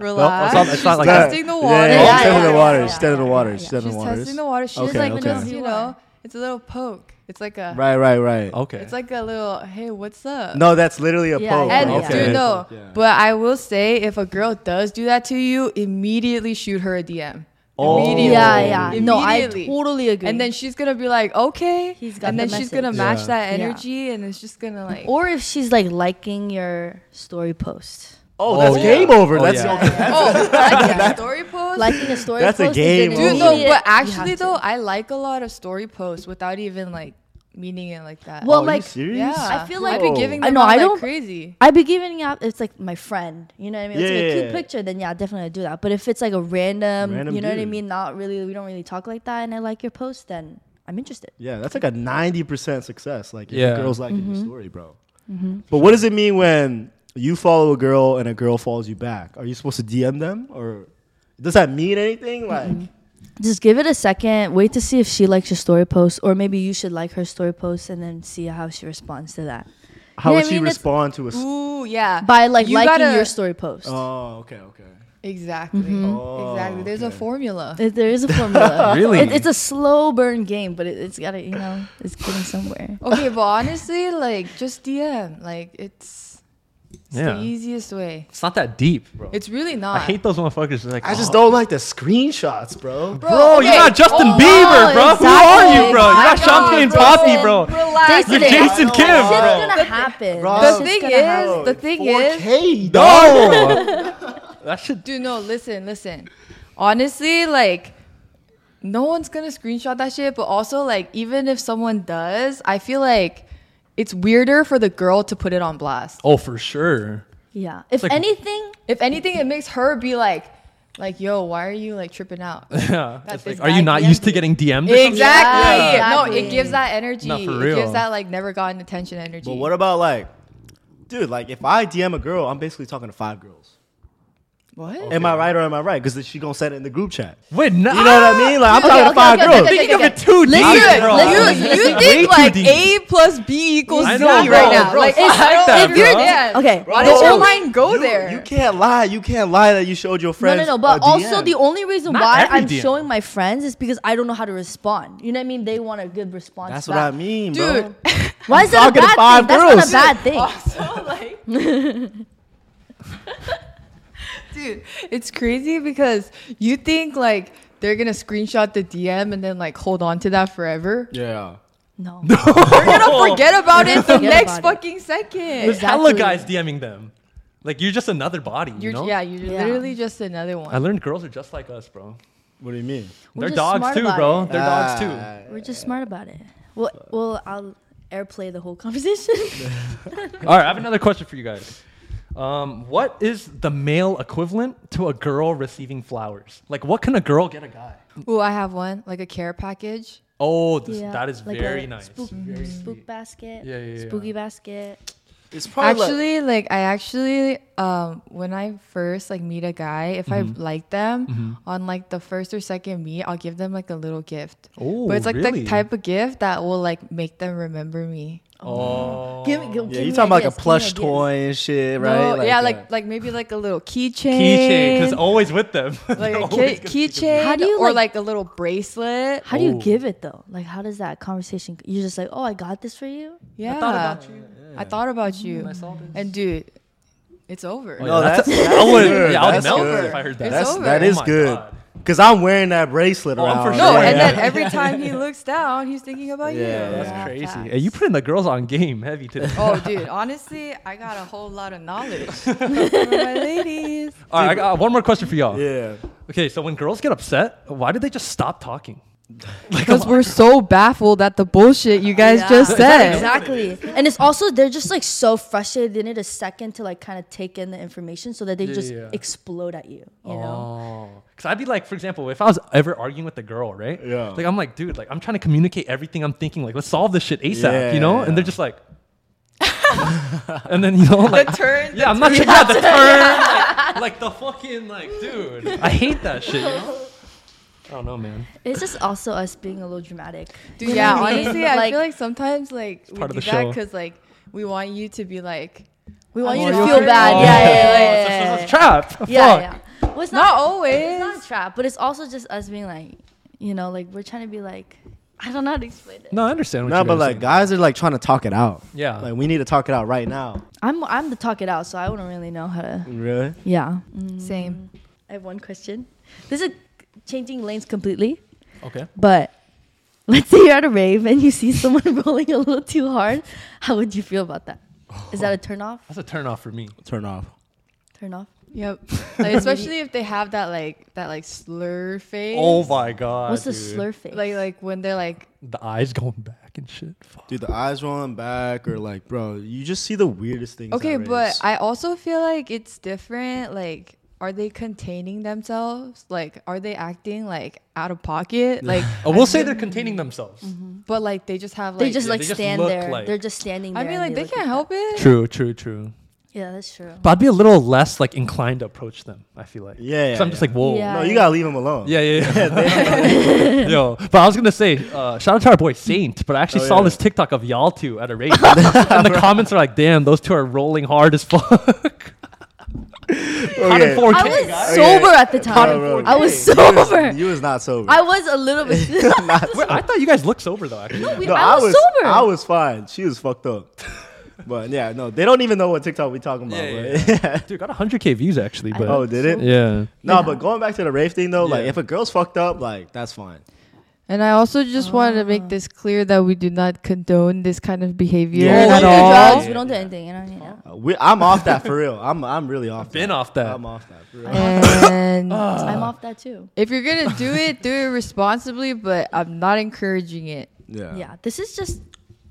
C: relax.
B: not- it's
C: she's
B: not like that.
C: testing the
A: Yeah,
C: water.
A: yeah, yeah,
D: Yeah,
A: she's testing
D: yeah,
A: the
D: yeah,
A: water.
D: yeah,
A: She's testing the
D: yeah,
A: water.
D: yeah.
A: She's testing
C: She's
A: the water.
C: testing the water. She's
A: Okay,
C: like
A: okay.
C: just you know, it's a little poke. It's like a
A: Right, right, right.
B: Okay.
C: It's like a little hey, what's up?
A: No, that's literally a
D: Yeah,
A: poke.
C: And
A: right?
B: Okay.
C: dude,
B: Okay.
C: no.
A: Yeah.
C: But I will say, if a girl does do that to you, immediately shoot her a DM.
A: Oh.
C: Immediately.
D: Yeah, yeah. No, I
C: Immediately.
D: totally agree.
C: And then she's gonna be like, okay.
D: He's got
C: and
D: the
C: then she's gonna
D: message.
C: match
B: Yeah.
C: that
D: Yeah.
C: energy, and it's just gonna like.
D: or if she's like liking your story post,
A: Oh,
B: Oh,
A: that's
B: yeah.
A: game over.
B: Oh,
A: that's
B: yeah.
A: okay.
C: oh, like a story post.
D: liking a story
A: That's a
D: post. is
A: game
D: an
A: over.
C: dude, no.
D: immediate-
C: But
D: you have
C: actually,
D: to.
C: though, I like a lot of story posts without even like meaning it like that.
D: well,
A: Are you
D: like
A: serious?
C: yeah,
D: I feel
C: I'd
D: like-
C: be giving
D: I
C: them
D: know,
C: out
D: I
C: like
D: don't-
C: crazy.
D: I'd be giving out. It's like my friend. You know what I mean? If
A: Yeah,
D: it's like
A: yeah,
D: a cute
A: yeah.
D: picture, then yeah, definitely I'd do that. But if it's like a random,
A: Random
D: you know what I
A: dude.
D: mean? Not really. We don't really talk like that. And I like your post, then I'm interested.
A: Yeah, that's like a ninety percent success. Like, if
B: Yeah.
A: a girl's liking the story, bro. But what does it mean when you follow a girl and a girl follows you back? Are you supposed to DM them, or does that mean anything? Like,
D: Just give it a second. Wait to see if she likes your story post, or maybe you should like her story post and then see how she responds to that.
A: how
D: Yeah,
A: would
D: I
A: she
D: mean, it's-
A: respond to a? s-
C: Ooh, yeah.
D: By like
C: You
D: liking
C: gotta-
D: your story post.
A: Oh, okay, okay.
C: Exactly.
A: Oh,
C: exactly. There's a
A: okay.
C: formula.
D: It- there is a formula.
B: Really?
D: It- it's a slow burn game, but it, it's got to, you know, it's getting somewhere.
C: Okay, but honestly, like just DM. Like it's, it's
B: Yeah.
C: the easiest way.
B: it's not that deep, bro.
C: It's really
B: I
C: not.
B: hate those motherfuckers. They're like,
A: I just
B: oh,
A: don't like the screenshotsbro. bro.
B: Bro, you're
C: okay.
B: not Justin
C: Oh,
B: Bieber, bro. Who
D: exactly.
B: are you, bro? You're not
D: Exactly.
B: Champagne
D: Bro,
B: Poppy, bro.
C: Relax.
D: Jason,
B: You're Jason Kim,
D: It's
B: bro.
D: gonna happen.
A: Bro.
D: That's
C: The
D: just
C: thing
D: gonna
C: is,
D: happen.
C: the thing is,
A: 4K, dog.
B: No. that should.
C: dude, no, listen, listen. Honestly, like, no one's gonna screenshot that shit. But also, like, even if someone does, I feel like it's weirder for the girl to put it on blast.
B: Oh, for sure.
D: yeah. If
B: like-
D: anything,
C: If anything, it makes her be like, like, yo, why are you like tripping out?
B: Yeah.
C: That
B: It's like,
C: is
B: are you
C: like
B: not
D: the
B: used to getting
D: end.
B: DM'd? or something?
C: Exactly.
D: Yeah.
C: No,
D: Exactly.
C: it gives that energy.
B: No, for
C: It
B: real.
C: gives that like never gotten attention energy.
A: But what about like, dude? Like, if I DM a girl, I'm basically talking to five girls.
C: What?
A: Am I right or am I right? Because she gonna send it in the group chat.
B: Wait, no.
A: You know what I mean? Like I'm talking to five girls.
B: okay, Thinking of it too
D: Listen,
B: deep,
D: listen,
B: bro.
D: listen,
C: You, you
D: listen.
B: Way too
C: think like
B: deep.
C: A plus B equals
B: I
C: C
B: know,
C: right
B: bro,
C: now.
B: bro,
C: like,
B: fuck
C: if, I don't,
B: that,
C: if you're
B: bro.
C: dead,
D: Okay.
C: why does your
A: No,
C: mind go
A: you,
C: there?
A: You can't lie. You can't lie that you showed your
D: No,
A: friends.
D: no, no. But
A: a
D: also,
A: DM.
D: the only reason
B: Not
D: why
B: every
D: I'm
B: DM.
D: showing my friends is because I don't know how to respond. You know what I mean? They want a good response.
A: That's what I
D: back.
A: mean, bro.
C: Dude,
D: Why is that a
A: Talking to
D: bad
A: five
D: thing? That's not
A: girls.
D: a bad
C: also
D: thing.
C: like dude it's crazy because you think like they're gonna screenshot the dm and then like hold on to that forever
A: Yeah.
D: No.
C: they're gonna Oh. forget about it the
D: Forget
C: next
D: about it.
C: fucking second
B: There's hella
D: Exactly.
B: guys DMing them. Like you're just another body, you
C: you're,
B: know?
C: yeah you're
D: Yeah.
C: literally just another
B: I
C: one
B: learned girls are just like us, bro.
A: What do you mean?
D: We're
B: They're
D: just
B: dogs
D: smart
B: too,
D: about
B: bro.
D: it.
B: They're dogs too.
A: Ah.
D: We're just smart about it. Well, well, I'll airplay the whole conversation.
B: All right, I have another question for you guys. Um, what is the male equivalent to a girl receiving flowers? Like, what can a girl get a guy?
C: Ooh, i have one like a care package
B: Oh, this,
D: Yeah,
B: that is
D: like
B: very
D: a
B: nice.
D: Spook, spook basket.
B: Yeah, yeah, yeah.
D: Spooky basket.
A: It's probably like-
C: actually like i actually um when i first like meet a guy if
B: Mm-hmm.
C: i like them on like the first or second meet i'll give them like a little gift
B: Oh,
C: but it's like
B: really?
C: the type of gift that will like make them remember me
B: Oh,
D: Give, me- give, give
A: yeah,
D: me
A: you talking about like a
D: ideas, give me
A: plush
D: ideas.
A: toy and shit, right?
C: No, yeah, like
A: uh,
C: like maybe like a little keychain,
B: keychain because always with them.
C: like
B: They're
C: a
B: always gonna
C: key-
B: be with them.
C: keychain,
D: How do you,
C: or
D: like-
C: like a little bracelet.
D: How do you
B: Oh.
D: give it though? Like, how does that conversation? You're just like, oh, I got this for you.
C: Yeah,
B: I thought about you.
C: I thought about you.
B: I saw this.
C: And dude, it's over.
B: Oh,
A: No,
B: yeah, that's,
A: that's-
B: I would.
A: that's
B: Yeah, I would
A: good.
B: melt
A: That's
B: if I heard that.
C: It's
A: that's
C: over.
A: that
B: Oh
A: is
B: my
A: good.
B: God.
A: Cause I'm wearing that bracelet
B: Oh, I'm
A: around.
B: for
C: No,
B: sure.
A: right
C: and
A: now.
C: then every time he looks down, he's thinking about
A: Yeah,
C: you.
A: that's
D: Yeah,
B: Crazy.
D: facts.
B: Hey, you putting the girls on game heavy today.
C: Oh, dude, honestly, I got a whole lot of knowledge for my ladies.
B: All right, I got one more question for y'all.
A: yeah.
B: Okay, so when girls get upset, why do they just stop talking?
C: Because we're so baffled at the bullshit you guys
D: Yeah.
C: just said.
D: Exactly. And it's also they're just like so frustrated. They need a second to like kind of take in the information so that they
B: Yeah,
D: just
B: yeah.
D: explode at you. You know.
B: Because oh. I'd be like, for example, if I was ever arguing with a girl, right?
A: Yeah.
B: Like, I'm like, dude, like, I'm trying to communicate everything I'm thinking. Like, let's solve this shit ASAP, you know?
A: Yeah.
B: And they're just like, and then, you know, like,
C: turn,
B: yeah, I'm not checking out the turn. Like, like, the fucking, like, dude, Oh, I hate that shit, you know? I don't know, man.
D: It's just also us being a little dramatic.
C: Dude, yeah,
D: what I mean?
C: honestly, I
D: Like-
C: feel like sometimes like we
B: part of
C: do
B: the
C: that
B: show.
C: because like we want you to be like,
D: we want
C: Oh,
D: you to
C: you're
D: feel
C: right.
D: bad.
B: Oh,
D: Yeah, yeah,
B: it's
D: yeah,
B: a-
D: yeah,
B: it's a-
D: yeah,
B: It's a trap.
D: yeah,
B: Fuck.
D: yeah. Well, it's
C: Not always.
D: It's not a trap, but it's also just us being like, you know, like we're trying to be like, I don't know how to explain it.
B: No, I understand what
A: No,
B: you're
A: but like guys are like trying to talk it out.
B: Yeah.
A: Like we need to talk it out right now.
D: I'm I'm the talk it out, so I wouldn't really know how to.
A: Really?
D: Yeah.
C: same.
D: I have one question. This is changing lanes completely,
B: Okay.
D: but let's say you're at a rave and you see someone rolling a little too hard. How would you feel about that? Is that a turn off?
B: That's a turn off for me.
A: Turn off.
D: Turn off.
C: Yep. Like, especially if they have that like that like slur face.
B: Oh my god.
D: What's the
B: dude.
D: slur face?
C: Like like when they're like
B: The eyes going back and shit. Fuck.
A: Dude, the eyes rolling back or like, bro, you just see the weirdest things.
C: okay,
A: at
C: but
A: raves.
C: I also feel like it's different. Like, are they containing themselves? Like, are they acting like out of pocket? Like,
B: Oh, we'll say they're containing themselves.
D: Mm-hmm.
C: but like they just have like.
D: they just
B: yeah,
D: like
B: they just
D: stand
B: look
D: there.
B: like-
D: They're just standing
C: I
D: there.
C: mean,
D: and
C: like they
D: look
C: can't
D: at
C: help it.
B: True, true, true.
D: that. Yeah, that's true.
B: But I'd be a little less like inclined to approach them. I feel like.
A: Yeah,
B: So I'm
A: yeah,
B: just
A: yeah.
B: like, whoa.
D: Yeah.
A: no, you gotta leave him alone.
B: Yeah, yeah, yeah. Yo, but I was gonna say, uh, shout out to our boy Saint. But I actually
A: Oh,
B: saw
A: yeah.
B: this TikTok of y'all two at a rave, and the comments are like, "Damn, those two are rolling hard as fuck." Caught in
A: Okay.
B: 4K,
D: I was
B: guys.
D: sober at the time.
A: Bro, bro,
D: I was
A: you
D: sober.
A: You was not sober.
D: I was a little bit.
B: Wait, I thought you guys looked sober though. Actually,
D: We-
A: No,
D: I, was sober.
A: I was fine. She was fucked up. but yeah, no, they don't even know what TikTok we talking about.
B: Yeah,
A: but-
B: dude, got 100k views actually. But
A: oh, did it?
B: yeah.
A: No, but going back to the rave thing though, like
B: Yeah.
A: if a girl's fucked up, like that's fine.
C: And I also just wanted to
D: Ah.
C: make this clear that we do not condone this kind of behavior
A: Yeah. Oh,
D: we don't
C: at
D: do
C: all.
D: drugs. We don't do anything. You know, yeah.
A: Uh, we, I'm off that for real. I'm I'm really off.
B: Been
A: that.
B: off that.
A: I'm off that for real.
C: And
A: Ah.
D: I'm off that too.
C: if you're gonna do it, do it responsibly. But I'm not encouraging it.
A: Yeah.
D: Yeah, this is just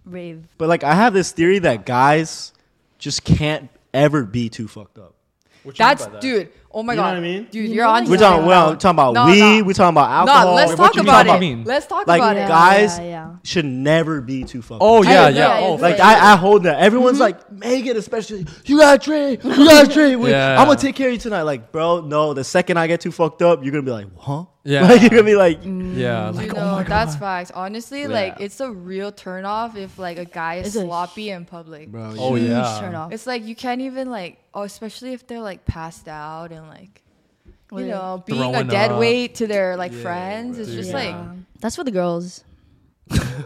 D: rave.
A: But like I have this theory that guys just can't ever be too fucked up.
B: What you mean
C: That's
B: by that?
C: dude. Oh my
A: You know
C: god,
A: what I mean?
C: dude,
D: You
C: you're
D: know
C: on.
D: what
C: to
A: We're talking.
D: We're
C: something
A: We're
C: on that
A: talking about
C: one. No,
A: weed.
C: no.
A: We're talking about
C: No,
A: alcohol.
C: let's
A: What
C: talk
A: you
C: about
A: talking
C: it.
B: mean?
C: Let's talk
A: Like
C: about it.
A: guys
D: Yeah, yeah.
A: should never be too fucked.
B: Oh
A: up.
B: yeah, Mm-hmm.
D: agree,
B: yeah.
D: I
B: Oh,
D: agree.
A: Like I, I hold that. Everyone's like Megan, especially. You gotta drink. You gotta drink. We-
B: Yeah.
A: I'm gonna take care of you tonight. Like, bro, no. The second I get too fucked up, you're gonna be like, huh?
B: Yeah.
A: Like you're gonna be like,
B: yeah. Like
C: you
B: oh
C: know,
B: my god.
C: that's facts. Honestly, like
A: Yeah.
C: it's a real turnoff if like a guy is
D: It's a
C: sloppy in public.
A: bro.
B: Oh
D: Huge
B: yeah.
D: turn off.
C: It's like you can't even like, oh, especially if they're like passed out and like, you
D: Like,
C: know, being a
B: throwing
C: dead
B: up.
C: weight to their like friends. It's just
D: Yeah. that's for the girls.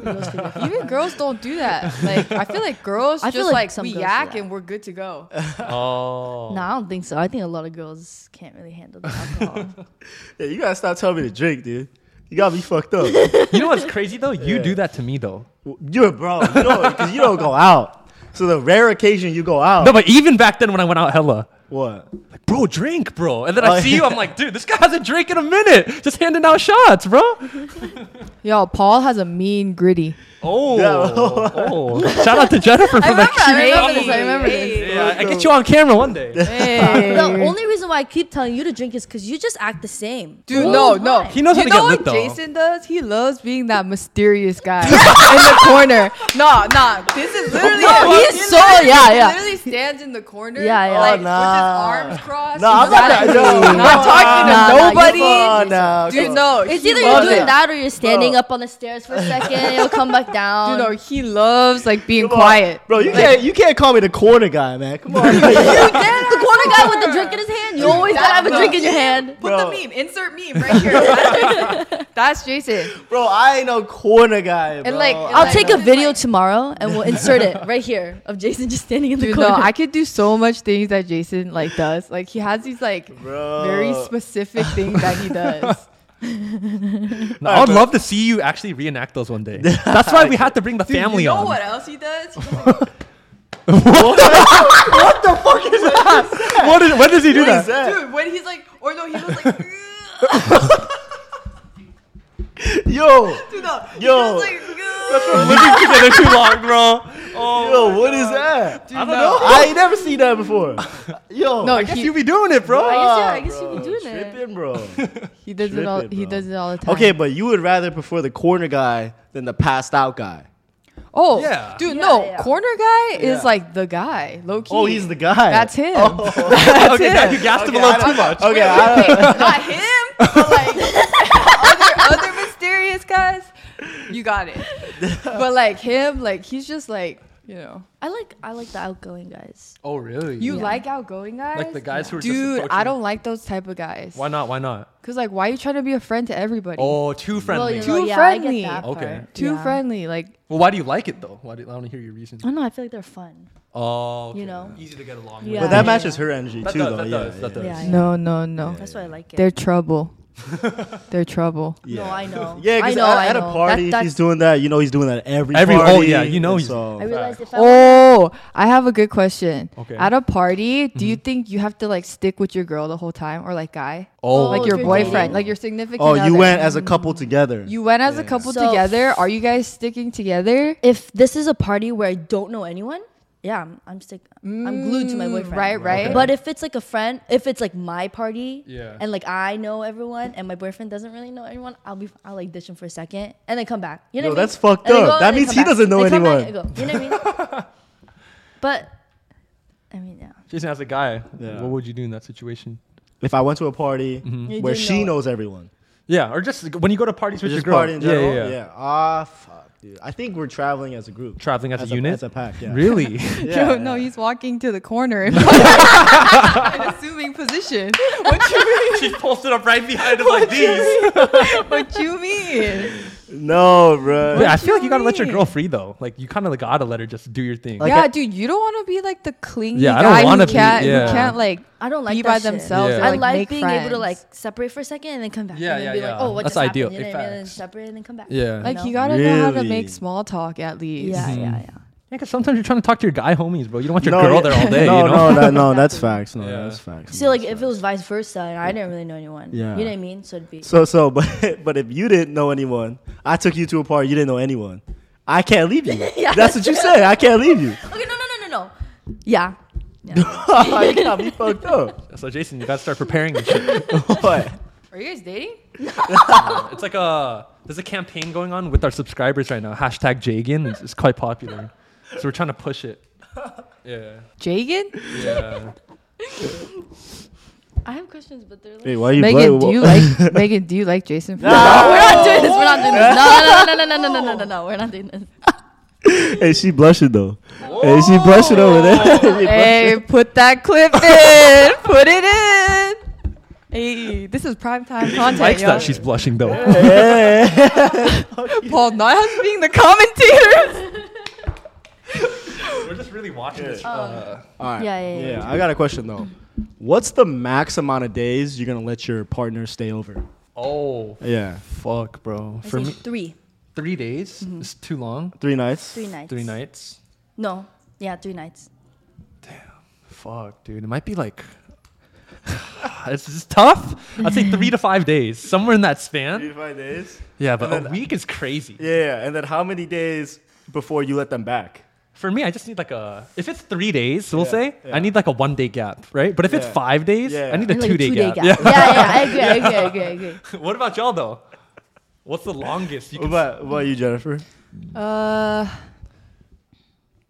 C: like even girls don't do that. Like I feel like girls
D: I
C: just
D: feel
C: like,
D: like some
C: we
D: girls do
C: yak
D: that.
C: and we're good to go.
B: Oh.
D: No, I don't think so. I think a lot of girls can't really handle the alcohol.
A: Yeah, you gotta stop telling me to drink, dude. You got me fucked up.
B: You know what's crazy though? You do that to me though.
A: You're bro, you know, because you don't go out. So the rare occasion you go out,
B: No, but even back then when I went out hella,
A: what?
B: like, bro, drink, bro. And then
A: Oh,
B: I see you, I'm like, dude, this guy hasn't drank in a minute. Just handing out shots, bro.
C: Yo, Paul has a mean gritty.
B: Oh.
A: Yeah.
B: oh. Shout out to Jennifer for
C: remember,
B: that.
C: I remember this. I remember this.
B: Yeah, I get you on camera one day.
C: Hey.
D: the only reason why I keep telling you to drink is because you just act the same.
C: Dude,
D: all
C: no,
D: the
C: no.
D: time.
B: He knows
C: you
B: how to
C: know
B: get
C: what
B: lit, though.
C: Jason does? He loves being that mysterious guy in the corner. No, no. This is literally
D: No,
C: him.
D: he's so-
C: literally-
D: yeah, yeah.
C: He literally stands in the corner.
D: Yeah, yeah.
C: Like,
A: Oh, nah.
C: with his arms crossed.
A: No, I'm
C: he's
A: not that-
C: like,
A: no,
C: "Dude, not
A: no,
C: talking
D: nah,
C: to
D: nah,
C: nobody.
A: you're fine, nah,
C: Dude,
A: come
C: no.
D: It's
C: he
D: either
C: loves
D: you're doing
C: it.
D: that or you're standing
A: Bro.
D: up on the stairs for a second. You'll come back down.
C: Dude, no, he loves like being
A: Come on.
C: quiet.
A: bro. You can't you can't call me the corner guy, man. Come on,
D: the corner guy with the drink in his hand. You always gotta have a drink in your hand.
C: Put
A: Bro.
C: the meme. Insert meme right here. That's Jason.
A: bro. I ain't no corner guy, bro.
C: like-
A: I-
D: I'll
C: Like,
D: take
C: no.
D: a video tomorrow and we'll insert it right here of Jason just standing in the
C: Dude,
D: corner.
C: no, I could do so much things that Jason like does. Like he has these like
A: Bro.
C: very specific things that he does.
B: No, I would love to see you actually reenact those one day. That's why we had to bring the
C: Dude,
B: family
C: you know
B: on.
C: what else he does? He does,
B: What is, when does he do
A: What is
B: that?
A: that?
C: Dude, when he's like, or no, he was like,
A: Yo,
C: dude, no, he
A: Yo.
C: was like, "Ugh."
B: Living together too long, bro. Oh,
A: yo, what is that?
C: Dude, I don't
B: know.
A: I ain't never seen that before. Yo,
C: No,
B: I guess
C: he,
B: you be doing it, bro.
D: I guess, yeah, I guess you
A: bro,
D: be doing it.
A: tripping, bro.
C: he does it all.
A: tripping,
C: He
A: bro.
C: does it all the time.
A: okay, but you would rather prefer the corner guy than the passed out guy.
C: Oh,
B: Yeah.
C: dude, no,
D: yeah.
C: corner guy
A: Yeah.
C: is like the guy, low key.
A: Oh, he's the guy.
C: That's him.
B: That's okay,
C: it.
B: now you gassed him a little too much.
A: Okay, I don't-
C: Not him, but like other other mysterious guys. You got it. But like him, like he's just like you know.
D: I like I like the outgoing guys.
B: Oh, really?
C: You like outgoing guys?
B: Like the guys who are just
C: Dude, I
B: approaching-
C: don't like those type of guys.
B: Why not? Why not?
C: Cause like, why are you trying to be a friend to everybody?
B: Oh, too friendly. Well,
C: know- Too
D: yeah,
C: friendly.
D: I get that
B: Okay.
D: Part.
C: Too
D: yeah.
C: friendly. Like,
B: why do you like it though? Why do you, I want to hear your reason.
D: I don't know. I feel like they're fun.
B: Oh,
D: You know.
B: easy to get along
D: Yeah.
A: But that
D: Yeah.
A: matches her energy
B: That
A: too,
B: does,
A: though.
B: that
A: yeah,
B: does, that
A: yeah.
B: does.
D: Yeah, yeah.
C: no, no, no.
D: That's why I like it.
C: They're trouble. They're trouble.
A: Yeah.
D: No, I know.
A: Yeah,
D: I
A: because
D: know.
A: at,
D: I
A: at a
D: know.
A: party,
D: That-
A: if he's doing that, you know he's doing that at every,
B: Every- oh,
A: party.
B: yeah, you know
A: and
B: he's-
A: so,
D: I realized if I
C: Oh, I have a good question.
B: Okay.
C: At a party, do you think you have to like stick with your girl the whole time, or like guy,
B: Oh,
C: like
D: if
C: your
D: you're
C: boyfriend,
D: dating.
C: like your significant?
A: Oh, you
C: other? Mm-hmm.
A: went as a couple together.
C: You went as a couple
D: So-
C: together. Are you guys sticking together?
D: if this is a party where I don't know anyone, yeah, I'm I'm stick I'm glued to my boyfriend.
C: Right, right.
D: But if it's like a friend, if it's like my party,
B: Yeah.
D: and like I know everyone, and my boyfriend doesn't really know anyone, I'll be I'll like ditch him for a second and then come back. You know
A: Yo,
D: what I mean?
A: that's fucked
D: And they
A: up.
D: go, and
A: That
D: they
A: means
D: come
A: he
D: back.
A: doesn't know
D: They come
A: anyone.
D: back and they go, you know what I mean? but I mean, yeah.
B: Jason, as a guy,
A: Yeah.
B: what would you do in that situation?
A: if I went to a party
B: Mm-hmm.
D: You
A: where
D: do
A: she
D: know-
A: knows everyone,
B: Yeah, or just like, when you go to parties with
A: just
B: your girl.
A: party in general.
B: Yeah, yeah, yeah.
A: Ah, fuck, dude. I think we're traveling as a group.
B: Traveling as, a, unit.
A: as a pack. Yeah.
B: Really?
A: Yeah,
C: Yo,
A: yeah.
C: no, he's walking to the corner in an assuming position. What you mean?
B: she posted up right behind him like these.
C: What you mean?
A: No, bro.
B: Wait, I feel
C: you
B: like you gotta let your
C: mean?
B: girl free though. Like you kind of like gotta let her just do your thing.
A: Like-
C: yeah,
A: I-
C: dude, you don't want to be like the clingy
B: Yeah, I don't
C: guy who
B: wanna be-
C: can't
B: yeah.
C: who can't like
D: I don't like
C: be
D: that
C: by
D: shit.
C: themselves.
B: Yeah.
C: or,
D: I
C: like,
D: like
C: make
D: being able to
C: friends.
D: like separate for a second and then come back.
B: Yeah,
D: and then
B: yeah,
D: be like,
B: yeah.
D: oh, what
B: That's
D: just happened?
B: ideal.
D: You know what I mean? And then
B: Facts.
D: separate and then come back.
B: Yeah.
C: like
D: know?
C: you gotta know how to
A: Really?
C: make small talk at least.
D: Yeah, yeah, yeah.
B: Yeah, because sometimes you're trying to talk to your guy homies, bro. You don't want your
A: no,
B: girl
A: yeah.
B: there all day.
A: No,
B: you know?
A: no, that, no, that's facts. No,
B: Yeah.
A: that's facts.
D: So
A: No,
D: like
A: that's
D: if it was vice versa and I didn't really know anyone,
A: Yeah.
D: you know what I mean? So it'd be
A: So so, but but if you didn't know anyone, I took you to a party. You didn't know anyone. I can't leave you.
D: Yeah,
A: that's what you said. I can't leave you.
D: okay. No, no, no, no, no. Yeah,
A: I got me fucked up.
B: So Jason, you gotta start preparing this shit.
A: What?
C: Are you guys dating?
B: It's like a there's a campaign going on with our subscribers right now. Hashtag Jagan. It's, it's quite popular, so we're trying to push it. Yeah,
C: Jagan?
B: yeah.
D: I have questions, but they're like.
A: Hey, why are you
C: Megan,
A: blood-
C: do you like Megan? Do you like Jason? For
D: we're not doing this. We're not doing this. No, no, no, no, no, no, no, no, no, no. We're not doing this.
A: Hey, she blushing though. Hey, she blushing over there. She
C: hey, put that clip in. Put it in. Hey, this is prime time content.
B: Likes
C: y'all.
B: that she's blushing though.
C: Paul Nyhan being the commentator.
B: We're just really watching this. Uh,
A: All right.
D: Yeah, yeah, yeah.
A: I got a question though. What's the max amount of days you're gonna let your partner stay over?
B: oh
A: Yeah,
B: fuck, bro.
D: I
B: For
D: say
B: me,
D: three,
B: three days is too long.
A: three nights.
D: three nights.
B: Three nights.
D: No, yeah, three nights.
B: Fuck, dude. It might be like. it's just tough. I'd say three to five days, somewhere in that span.
A: to five days.
B: Yeah,
A: And
B: but a
A: then-
B: week is crazy.
A: Yeah, and then how many days before you let them back?
B: For me, I just need like a. If it's three days, we'll
A: Yeah,
B: say
A: yeah.
B: I need like a one day gap, right? But if it's
A: Yeah.
B: five days,
A: Yeah.
B: I need a
D: And,
B: two
D: like,
B: day
D: two-day
B: gap.
D: Yeah, yeah, I agree, I agree, I agree, I agree.
B: Yeah. what about y'all though? What's the longest you
A: What
B: can?
A: about, what about you, Jennifer?
C: Uh,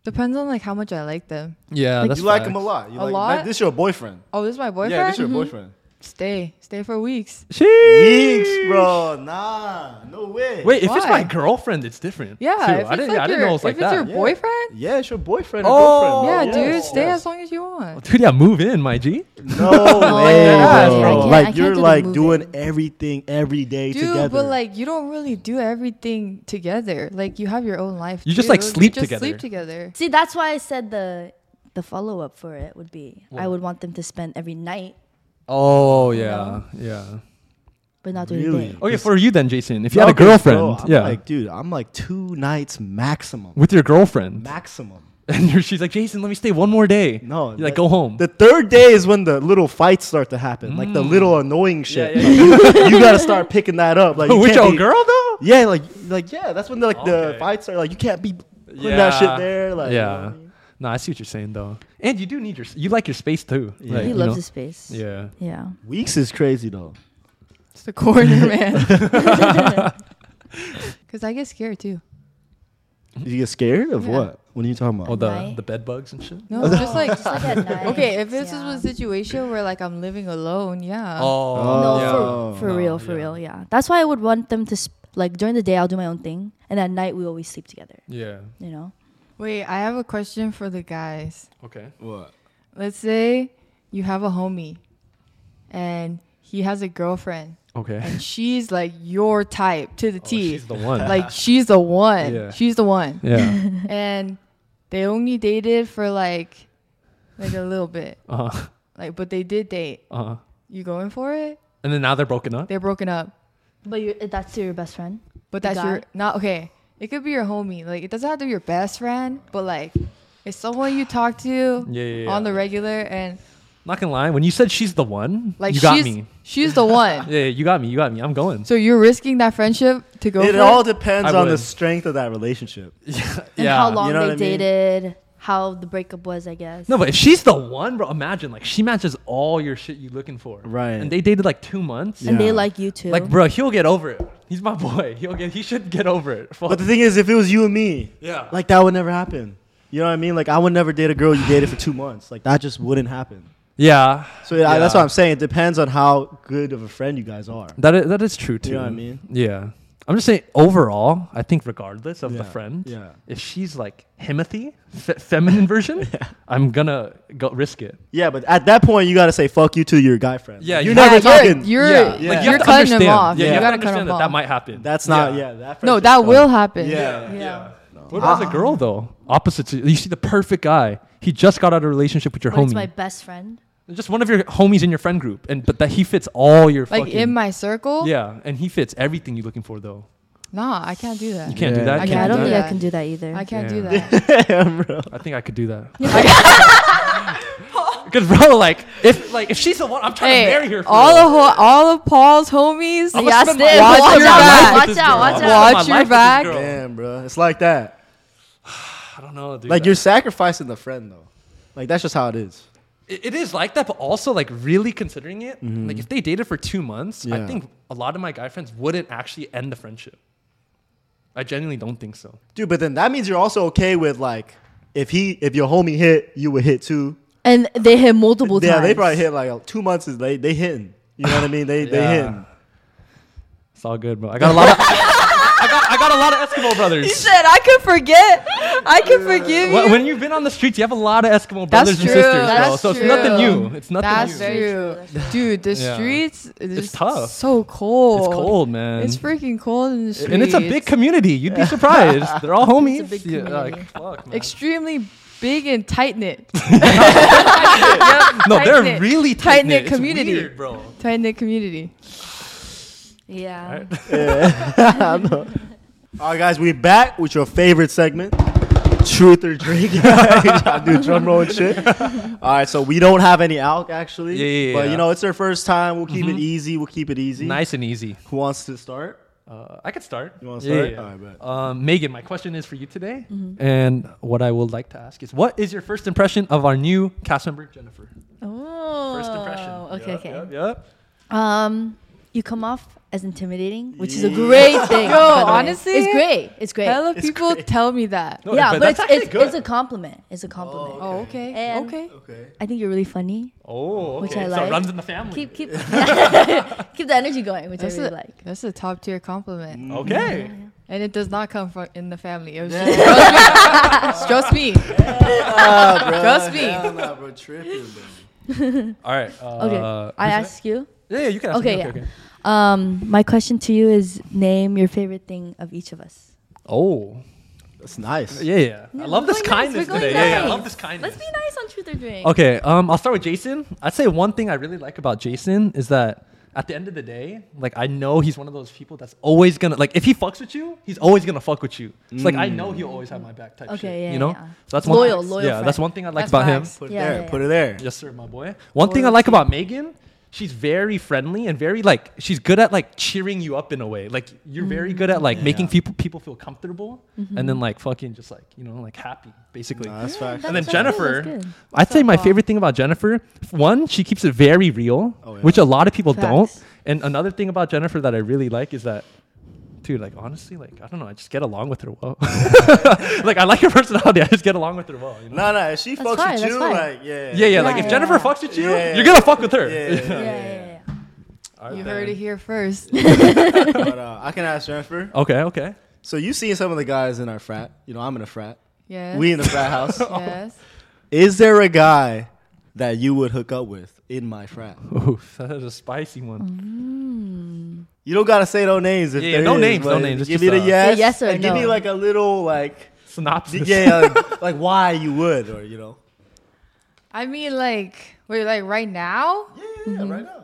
C: depends on like how much I like them.
B: yeah,
A: you like him a lot. You like
C: A
A: him.
C: lot?
A: This your boyfriend.
C: Oh, this is my boyfriend.
A: Yeah, this your boyfriend.
C: Stay, stay for weeks.
A: Weeks, bro. Nah, no way.
B: Wait, if it's my
C: Why?
B: girlfriend, it's different.
C: Yeah,
B: too.
C: if it's
B: I didn't.
C: like
B: I didn't
C: your,
B: know it was like
C: if it's
B: that.
C: your
A: Yeah.
C: boyfriend.
A: Yeah, it's your boyfriend.
B: and Oh,
C: Yeah,
B: girlfriend.
C: dude,
B: yes,
C: stay
A: yes.
C: as long as you want.
B: Dude, yeah, move in, my G.
A: No
C: Oh,
A: way,
B: yeah,
A: bro.
B: I can't-
A: like
D: I can't
A: you're
D: do the
A: like
D: moving.
A: doing everything every day
C: Dude,
A: together.
C: but like you don't really do everything together. Like you have your own life.
B: You just,
C: too.
B: like, sleep
C: you
B: together.
C: just Sleep together.
D: See, that's why I said the the follow up for it would be I would want them to spend every night,
B: Oh yeah, yeah.
D: but not during
A: Really?
D: the day.
B: Okay, for you then, Jason. If you
A: No,
B: had a
A: 'cause,
B: girlfriend,
A: bro, I'm
B: yeah,
A: Like, dude, I'm like two nights maximum.
B: with your girlfriend,
A: Maximum.
B: and you're, she's like, Jason, let me stay one more day.
A: No,
B: You're like
A: that-
B: oh. go home.
A: The third day is when the little fights start to happen, like
B: Mm.
A: the little annoying shit. Like, you gotta start picking that up. Like you
B: with
A: can't
B: your
A: be-
B: girl though.
A: Yeah, like like yeah, that's when the, like the
B: Okay.
A: fights are like you can't be putting that shit there. Like you know what I
B: yeah.
A: mean?
B: No, I see what you're saying though. And you do need your, you like your space too. Yeah.
D: He loves his space.
B: Yeah.
D: Yeah.
A: weeks is crazy though.
C: It's the corner, man. Because I get scared too.
A: You get scared of
C: Yeah.
A: what? What are you talking
B: Oh,
A: about?
B: the
D: Right.
B: the bed bugs and shit.
C: No, just like
D: Just like at night.
C: okay. If this
D: yeah.
C: was a situation where like I'm living alone, yeah.
D: Uh,
B: Oh.
A: Oh,
D: No,
A: yeah.
D: for, for
B: No,
D: real, for
B: yeah.
D: real, yeah. That's why I would want them to sp- like during the day I'll do my own thing, and at night we always sleep together.
B: Yeah.
D: You know.
C: Wait, I have a question for the guys.
B: Okay.
A: What?
C: Let's say you have a homie, and he has a girlfriend,
B: Okay.
C: and she's like your type to the T.
B: Oh, she's the one.
C: Like she's the one.
B: Yeah.
C: She's the one.
B: yeah.
C: And they only dated for like, like a little bit.
B: Uh huh.
C: Like, but they did date.
B: Uh huh.
C: You going for it?
B: And then now they're broken up.
C: They're broken up.
D: But you that's your best friend.
C: But
D: The
C: that's
D: guy?
C: your not okay. It could be your homie. Like it doesn't have to be your best friend, but like it's someone you talk to
B: Yeah, yeah,
C: on
B: yeah.
C: the regular and
B: Not gonna lie, when you said she's the one,
C: like
B: you got
C: she's
B: me.
C: she's the one.
B: Yeah, yeah, you got me. You got me. I'm going.
C: So you're risking that friendship to go
A: It
C: for
A: all
C: it?
A: depends
B: I
A: on the
B: would.
A: strength of that relationship.
D: And how long
A: know what I
D: they
A: mean?
D: dated, how the breakup was, I guess.
B: No, but if she's the one, bro, imagine like she matches all your shit you looking for.
A: Right.
B: And they dated like two months.
A: Yeah.
D: and they like you too.
B: Like, bro, he'll get over it. He's my boy. He'll get. He should get over it. Fuck.
A: But the thing is, if it was you and me,
B: yeah.
A: like that would never happen. You know what I mean? Like I would never date a girl you dated for two months. Like that just wouldn't happen.
B: yeah.
A: So I, that's
B: Yeah.
A: what I'm saying. It depends on how good of a friend you guys are.
B: That is, that is true too.
A: know what I mean?
B: Yeah. I'm just saying overall, I think regardless of the
A: Yeah,
B: friend,
A: yeah.
B: if she's like Himothy, fe- feminine version, I'm gonna go risk it.
A: Yeah, but at that point you gotta say fuck you to your guy friend.
B: Yeah,
A: you're
B: you-
A: never
C: Yeah,
A: talking.
C: You're
B: yeah,
A: yeah.
B: Like, you
C: you're
B: have to
C: cutting him
B: understand.
C: off.
B: Yeah,
A: Yeah.
B: you,
A: You
B: gotta
C: gotta cut him
B: understand that that
C: off.
B: might happen.
A: That's not yeah. that
C: No,
A: friendship's
C: that
A: gone.
C: will happen.
A: Yeah. yeah.
B: What about
C: Ah.
B: the girl though? Opposites. You see the perfect guy. He just got out of a relationship with your
D: but it's
B: homie.
D: my best friend.
B: just one of your homies in your friend group, and but that he fits all your
C: Like
B: fucking,
C: in my circle?
B: yeah, and he fits everything you're looking for though.
C: Nah, I can't do that.
B: You can't
A: Yeah.
B: do that.
C: I
B: you
D: yeah, I
B: can't
D: don't
B: do
D: think
B: that.
C: that.
D: I can do that either.
C: I can't do
B: Yeah.
C: that.
B: I think I could do that. Because bro, like if like if she's the one, I'm trying to marry
C: Hey,
B: her. For
C: all
B: real.
C: of ho- all of Paul's homies,
B: I'ma
D: Yeah,
B: spend
D: still,
B: my
C: watch
B: life
C: your
B: with
C: back.
B: this
D: Watch
B: girl. I'ma
D: out, watch
B: spend
C: out.
B: my
C: Watch your
B: life with this
C: back.
B: girl.
A: Damn, bro. It's like that.
B: I don't know, dude.
A: Like you're sacrificing the friend though. Like that's just how it is.
B: It it is like that, but also like really considering it, like if they dated for two months, I
A: Mm-hmm. Yeah.
B: think a lot of my guy friends wouldn't actually end the friendship. I genuinely don't think so.
A: Dude, but then that means you're also okay with like if he if your homie hit, you would hit too.
D: And they hit multiple
A: yeah,
D: times.
A: they probably hit like uh, two months is they they hitting. You know what I mean? They they
B: Yeah.
A: hitting.
B: It's all good, bro. I got a lot of I, got, I got a lot of Eskimo brothers.
C: Said I could forget. I could forgive
B: Wh-
C: you.
B: When you've been on the streets, you have a lot of Eskimo
C: That's
B: brothers and
C: true,
B: sisters, bro.
C: that's
B: So it's
C: true.
B: nothing new. It's nothing
F: That's
B: new.
F: very true.
C: Dude, the
B: Yeah.
C: streets is
B: It's tough.
C: So cold.
B: It's cold, man.
C: It's freaking cold in the streets.
B: and it's a big community. You'd be surprised. They're all homies.
D: It's a big
B: Yeah,
D: community.
B: like, fuck, man.
C: extremely big and tight knit.
B: no, they're
C: tight-knit-
B: really tight,
C: tight-knit
B: It's
C: community.
B: weird, bro.
C: Tight knit community.
D: Yeah.
B: Right?
A: All right, guys, we back with your favorite segment, Truth or Drink. I do drum roll and shit. All right, so we don't have any alk actually.
B: Yeah, yeah,
A: But
B: yeah. Mm-hmm.
A: you know, it's their first time. We'll keep it easy. We'll keep it easy.
B: Nice and easy.
A: Who wants to start?
B: Uh, I could start.
A: You wanna start?
B: Yeah, yeah.
A: Alright, bet.
B: Um, Megan, my question is for you today, and what I would like to ask is, what is your first impression of our new cast member, Jennifer?
D: Oh.
B: First impression.
D: Okay,
B: Yep,
D: okay.
B: Yep, yep.
D: Um, you come off as intimidating, which is a great thing.
C: Yo,
D: by the way.
C: honestly,
D: it's great. It's great.
C: Hella people tell me that.
B: No,
D: yeah,
B: but
D: but,
B: that's
D: it's
B: actually
D: it's,
B: good.
D: it's a compliment. It's a compliment.
C: Oh, okay.
D: And-
C: okay.
A: Okay.
D: I think you're really funny.
B: Oh, okay.
D: Which I
B: So
D: like.
B: it runs in the family.
D: Keep keep keep the energy going, which
C: That's
D: I really
C: a,
D: like.
C: that's a top tier
B: Mm.
C: compliment.
B: okay.
C: And it does not come from in the family. It was just, just me. It's just me. Just me.
B: All right. Uh,
D: Okay, I
B: who's
D: ask you.
B: next? Yeah, yeah, you can ask.
D: Okay,
B: me.
D: yeah. Um, my question to you is: name your favorite thing of each of us.
B: Oh,
A: That's nice.
B: yeah, yeah. I love this
D: we're going
B: kindness
D: nice, we're going
B: today. Yeah, yeah, I
D: nice.
B: love this kindness.
D: Let's be nice on Truth or Drink.
B: Okay, um, I'll start with Jason. I'd say one thing I really like about Jason is that at the end of the day, like I know he's one of those people that's always gonna like if he fucks with you, he's always gonna fuck with you. It's like I know he'll always have my back type
D: Mm. Okay,
B: shit.
D: yeah,
B: you know,
D: yeah.
B: so that's
D: Loyal,
B: one,
D: loyal
B: Yeah,
D: friend.
B: that's one thing I like
C: That's
B: about
C: facts.
B: him.
A: Put it
D: Yeah,
A: there.
D: yeah,
A: Put it there.
B: Yes, sir, my boy. One thing I like about Megan, she's very friendly and very like she's good at like cheering you up in a way. Like you're very good at
A: Mm-hmm.
B: like making people people feel comfortable and then like fucking just like you know like happy basically.
A: Nah, that's facts.
B: And then
D: That's good, that's
B: Jennifer,
D: good.
B: I'd say my favorite thing about Jennifer, f- one, she keeps it very real,
A: Oh, yeah.
B: which a lot of people don't.
D: Facts.
B: And another thing about Jennifer that I really like is that, dude, like honestly, like I don't know, I just get along with her well. like I like her personality, I just get along with her well. You know?
A: No, no. If she
D: That's
A: fucks
D: fine,
A: with
D: that's
A: you,
D: fine.
A: like yeah.
B: yeah, yeah, Like if
D: yeah,
B: Jennifer
D: yeah.
B: fucks with you,
A: Yeah, yeah,
B: you're gonna fuck with her.
A: Yeah, yeah,
D: Yeah,
A: yeah.
D: yeah, yeah. yeah.
B: All right,
C: You
B: then.
C: heard it here first.
A: But, uh, I can ask Jennifer.
B: Okay, okay.
A: So you've seen some of the guys in our frat. You know, I'm in a frat.
C: Yes.
A: We in the frat house.
C: yes.
A: Is there a guy that you would hook up with in my frat?
B: Oof, that is a spicy
C: Mm.
B: one.
A: You don't gotta say no names. If
B: Yeah, yeah,
A: there
B: no
A: is,
B: names, no
A: but
B: names. It's
A: Give me
B: just,
A: the
B: uh,
A: yes,
D: Yeah, yes or
A: and Give me
D: no.
A: like a little like d-
B: Synopsis.
A: yeah, like, like why you would or you know.
C: I mean, like, wait, like right now?
A: Yeah, yeah, right now.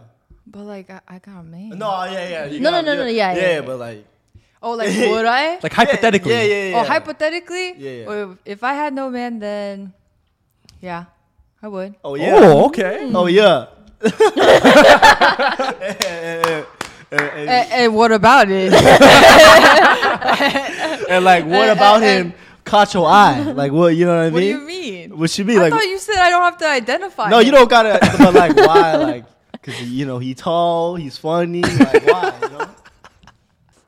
C: But like, I, I got a man.
A: No, yeah, yeah. you
D: Mm-hmm. No, no,
A: gotta-
D: no, no, yeah, yeah, yeah.
A: but like
C: Oh, like would I?
B: Like hypothetically.
A: yeah, yeah, yeah.
C: Oh, hypothetically?
A: Yeah, yeah.
C: Or if I had no man, then yeah, I would.
A: Oh yeah.
B: Oh, okay.
A: Oh yeah. Eh, eh, eh, eh, eh, eh.
C: And, what about it?
A: and like, what
C: eh,
A: about
C: eh.
A: him caught your eye? Like, what you know what I mean?
C: what do you mean?
A: What she be
C: I
A: like?
C: thought you said I don't have to identify.
A: No,
C: him.
A: you don't gotta. But like, why? Like, cause you know he tall, he's funny. Like, why? You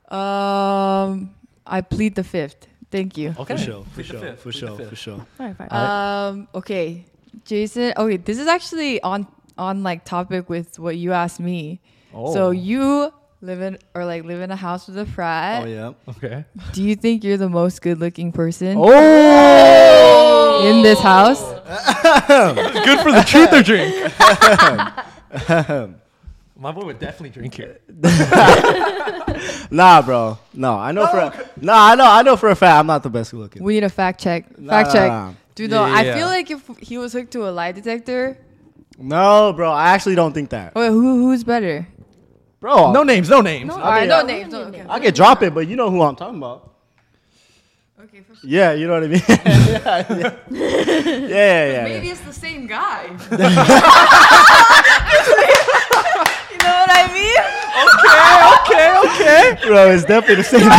A: know?
C: Um, I plead the fifth. Thank you.
B: Okay.
A: For sure, for
B: Plead the
A: sure,
B: fifth,
A: for
B: plead the
A: sure,
B: fifth.
A: for sure.
D: Fine, fine.
C: Um, okay, Jason. Okay, this is actually on on like topic with what you asked me.
B: Oh.
C: So you live in or like live in a house with a frat.
A: Oh yeah.
B: Okay.
C: Do you think you're the most good-looking person
A: Oh.
C: in this house?
B: Good for the truth or drink. My boy would definitely drink here.
A: Uh, Nah, bro. No, I know for. A, nah, I know. I know for a fact I'm not the best looking.
C: We need a fact check. Fact
A: Nah, nah,
C: check.
A: nah.
C: Dude,
B: Yeah,
C: no,
B: yeah,
C: I
B: yeah.
C: feel like if he was hooked to a lie detector,
A: No, bro. I actually don't think that,
C: Oh, wait, who who's better?
A: bro.
B: No names, no names.
C: All right,
A: be-
C: no
A: I'll-
C: names. No, okay.
A: I could drop it, but you know who I'm talking about.
C: okay for sure.
A: Yeah, you know what I mean. yeah, yeah, yeah. yeah, yeah.
C: Maybe it's the same guy. you know what I mean?
B: Okay, okay.
A: Bro, it's definitely the same.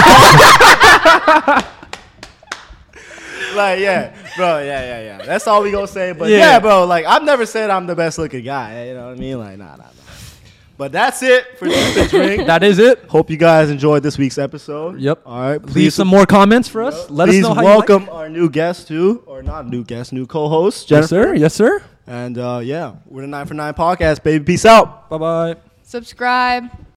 A: like yeah, bro, yeah, yeah, yeah. That's all we gonna say. But yeah.
B: Yeah.
A: bro, like I've never said I'm the best looking guy. eh, You know what I mean? Like nah, nah, nah. But that's it for Drink the Drink.
B: that is it.
A: Hope you guys enjoyed this week's episode.
B: Yep.
A: All right. Please
B: Leave some more comments for us. Let
A: please
B: us know how you
A: welcome our new guest too, or not new guest, new co-host
B: like. Yes,
A: Jennifer.
B: sir. Yes, sir.
A: And uh, yeah, we're the Nine for Nine podcast, baby. Peace out.
B: Bye bye.
C: Subscribe.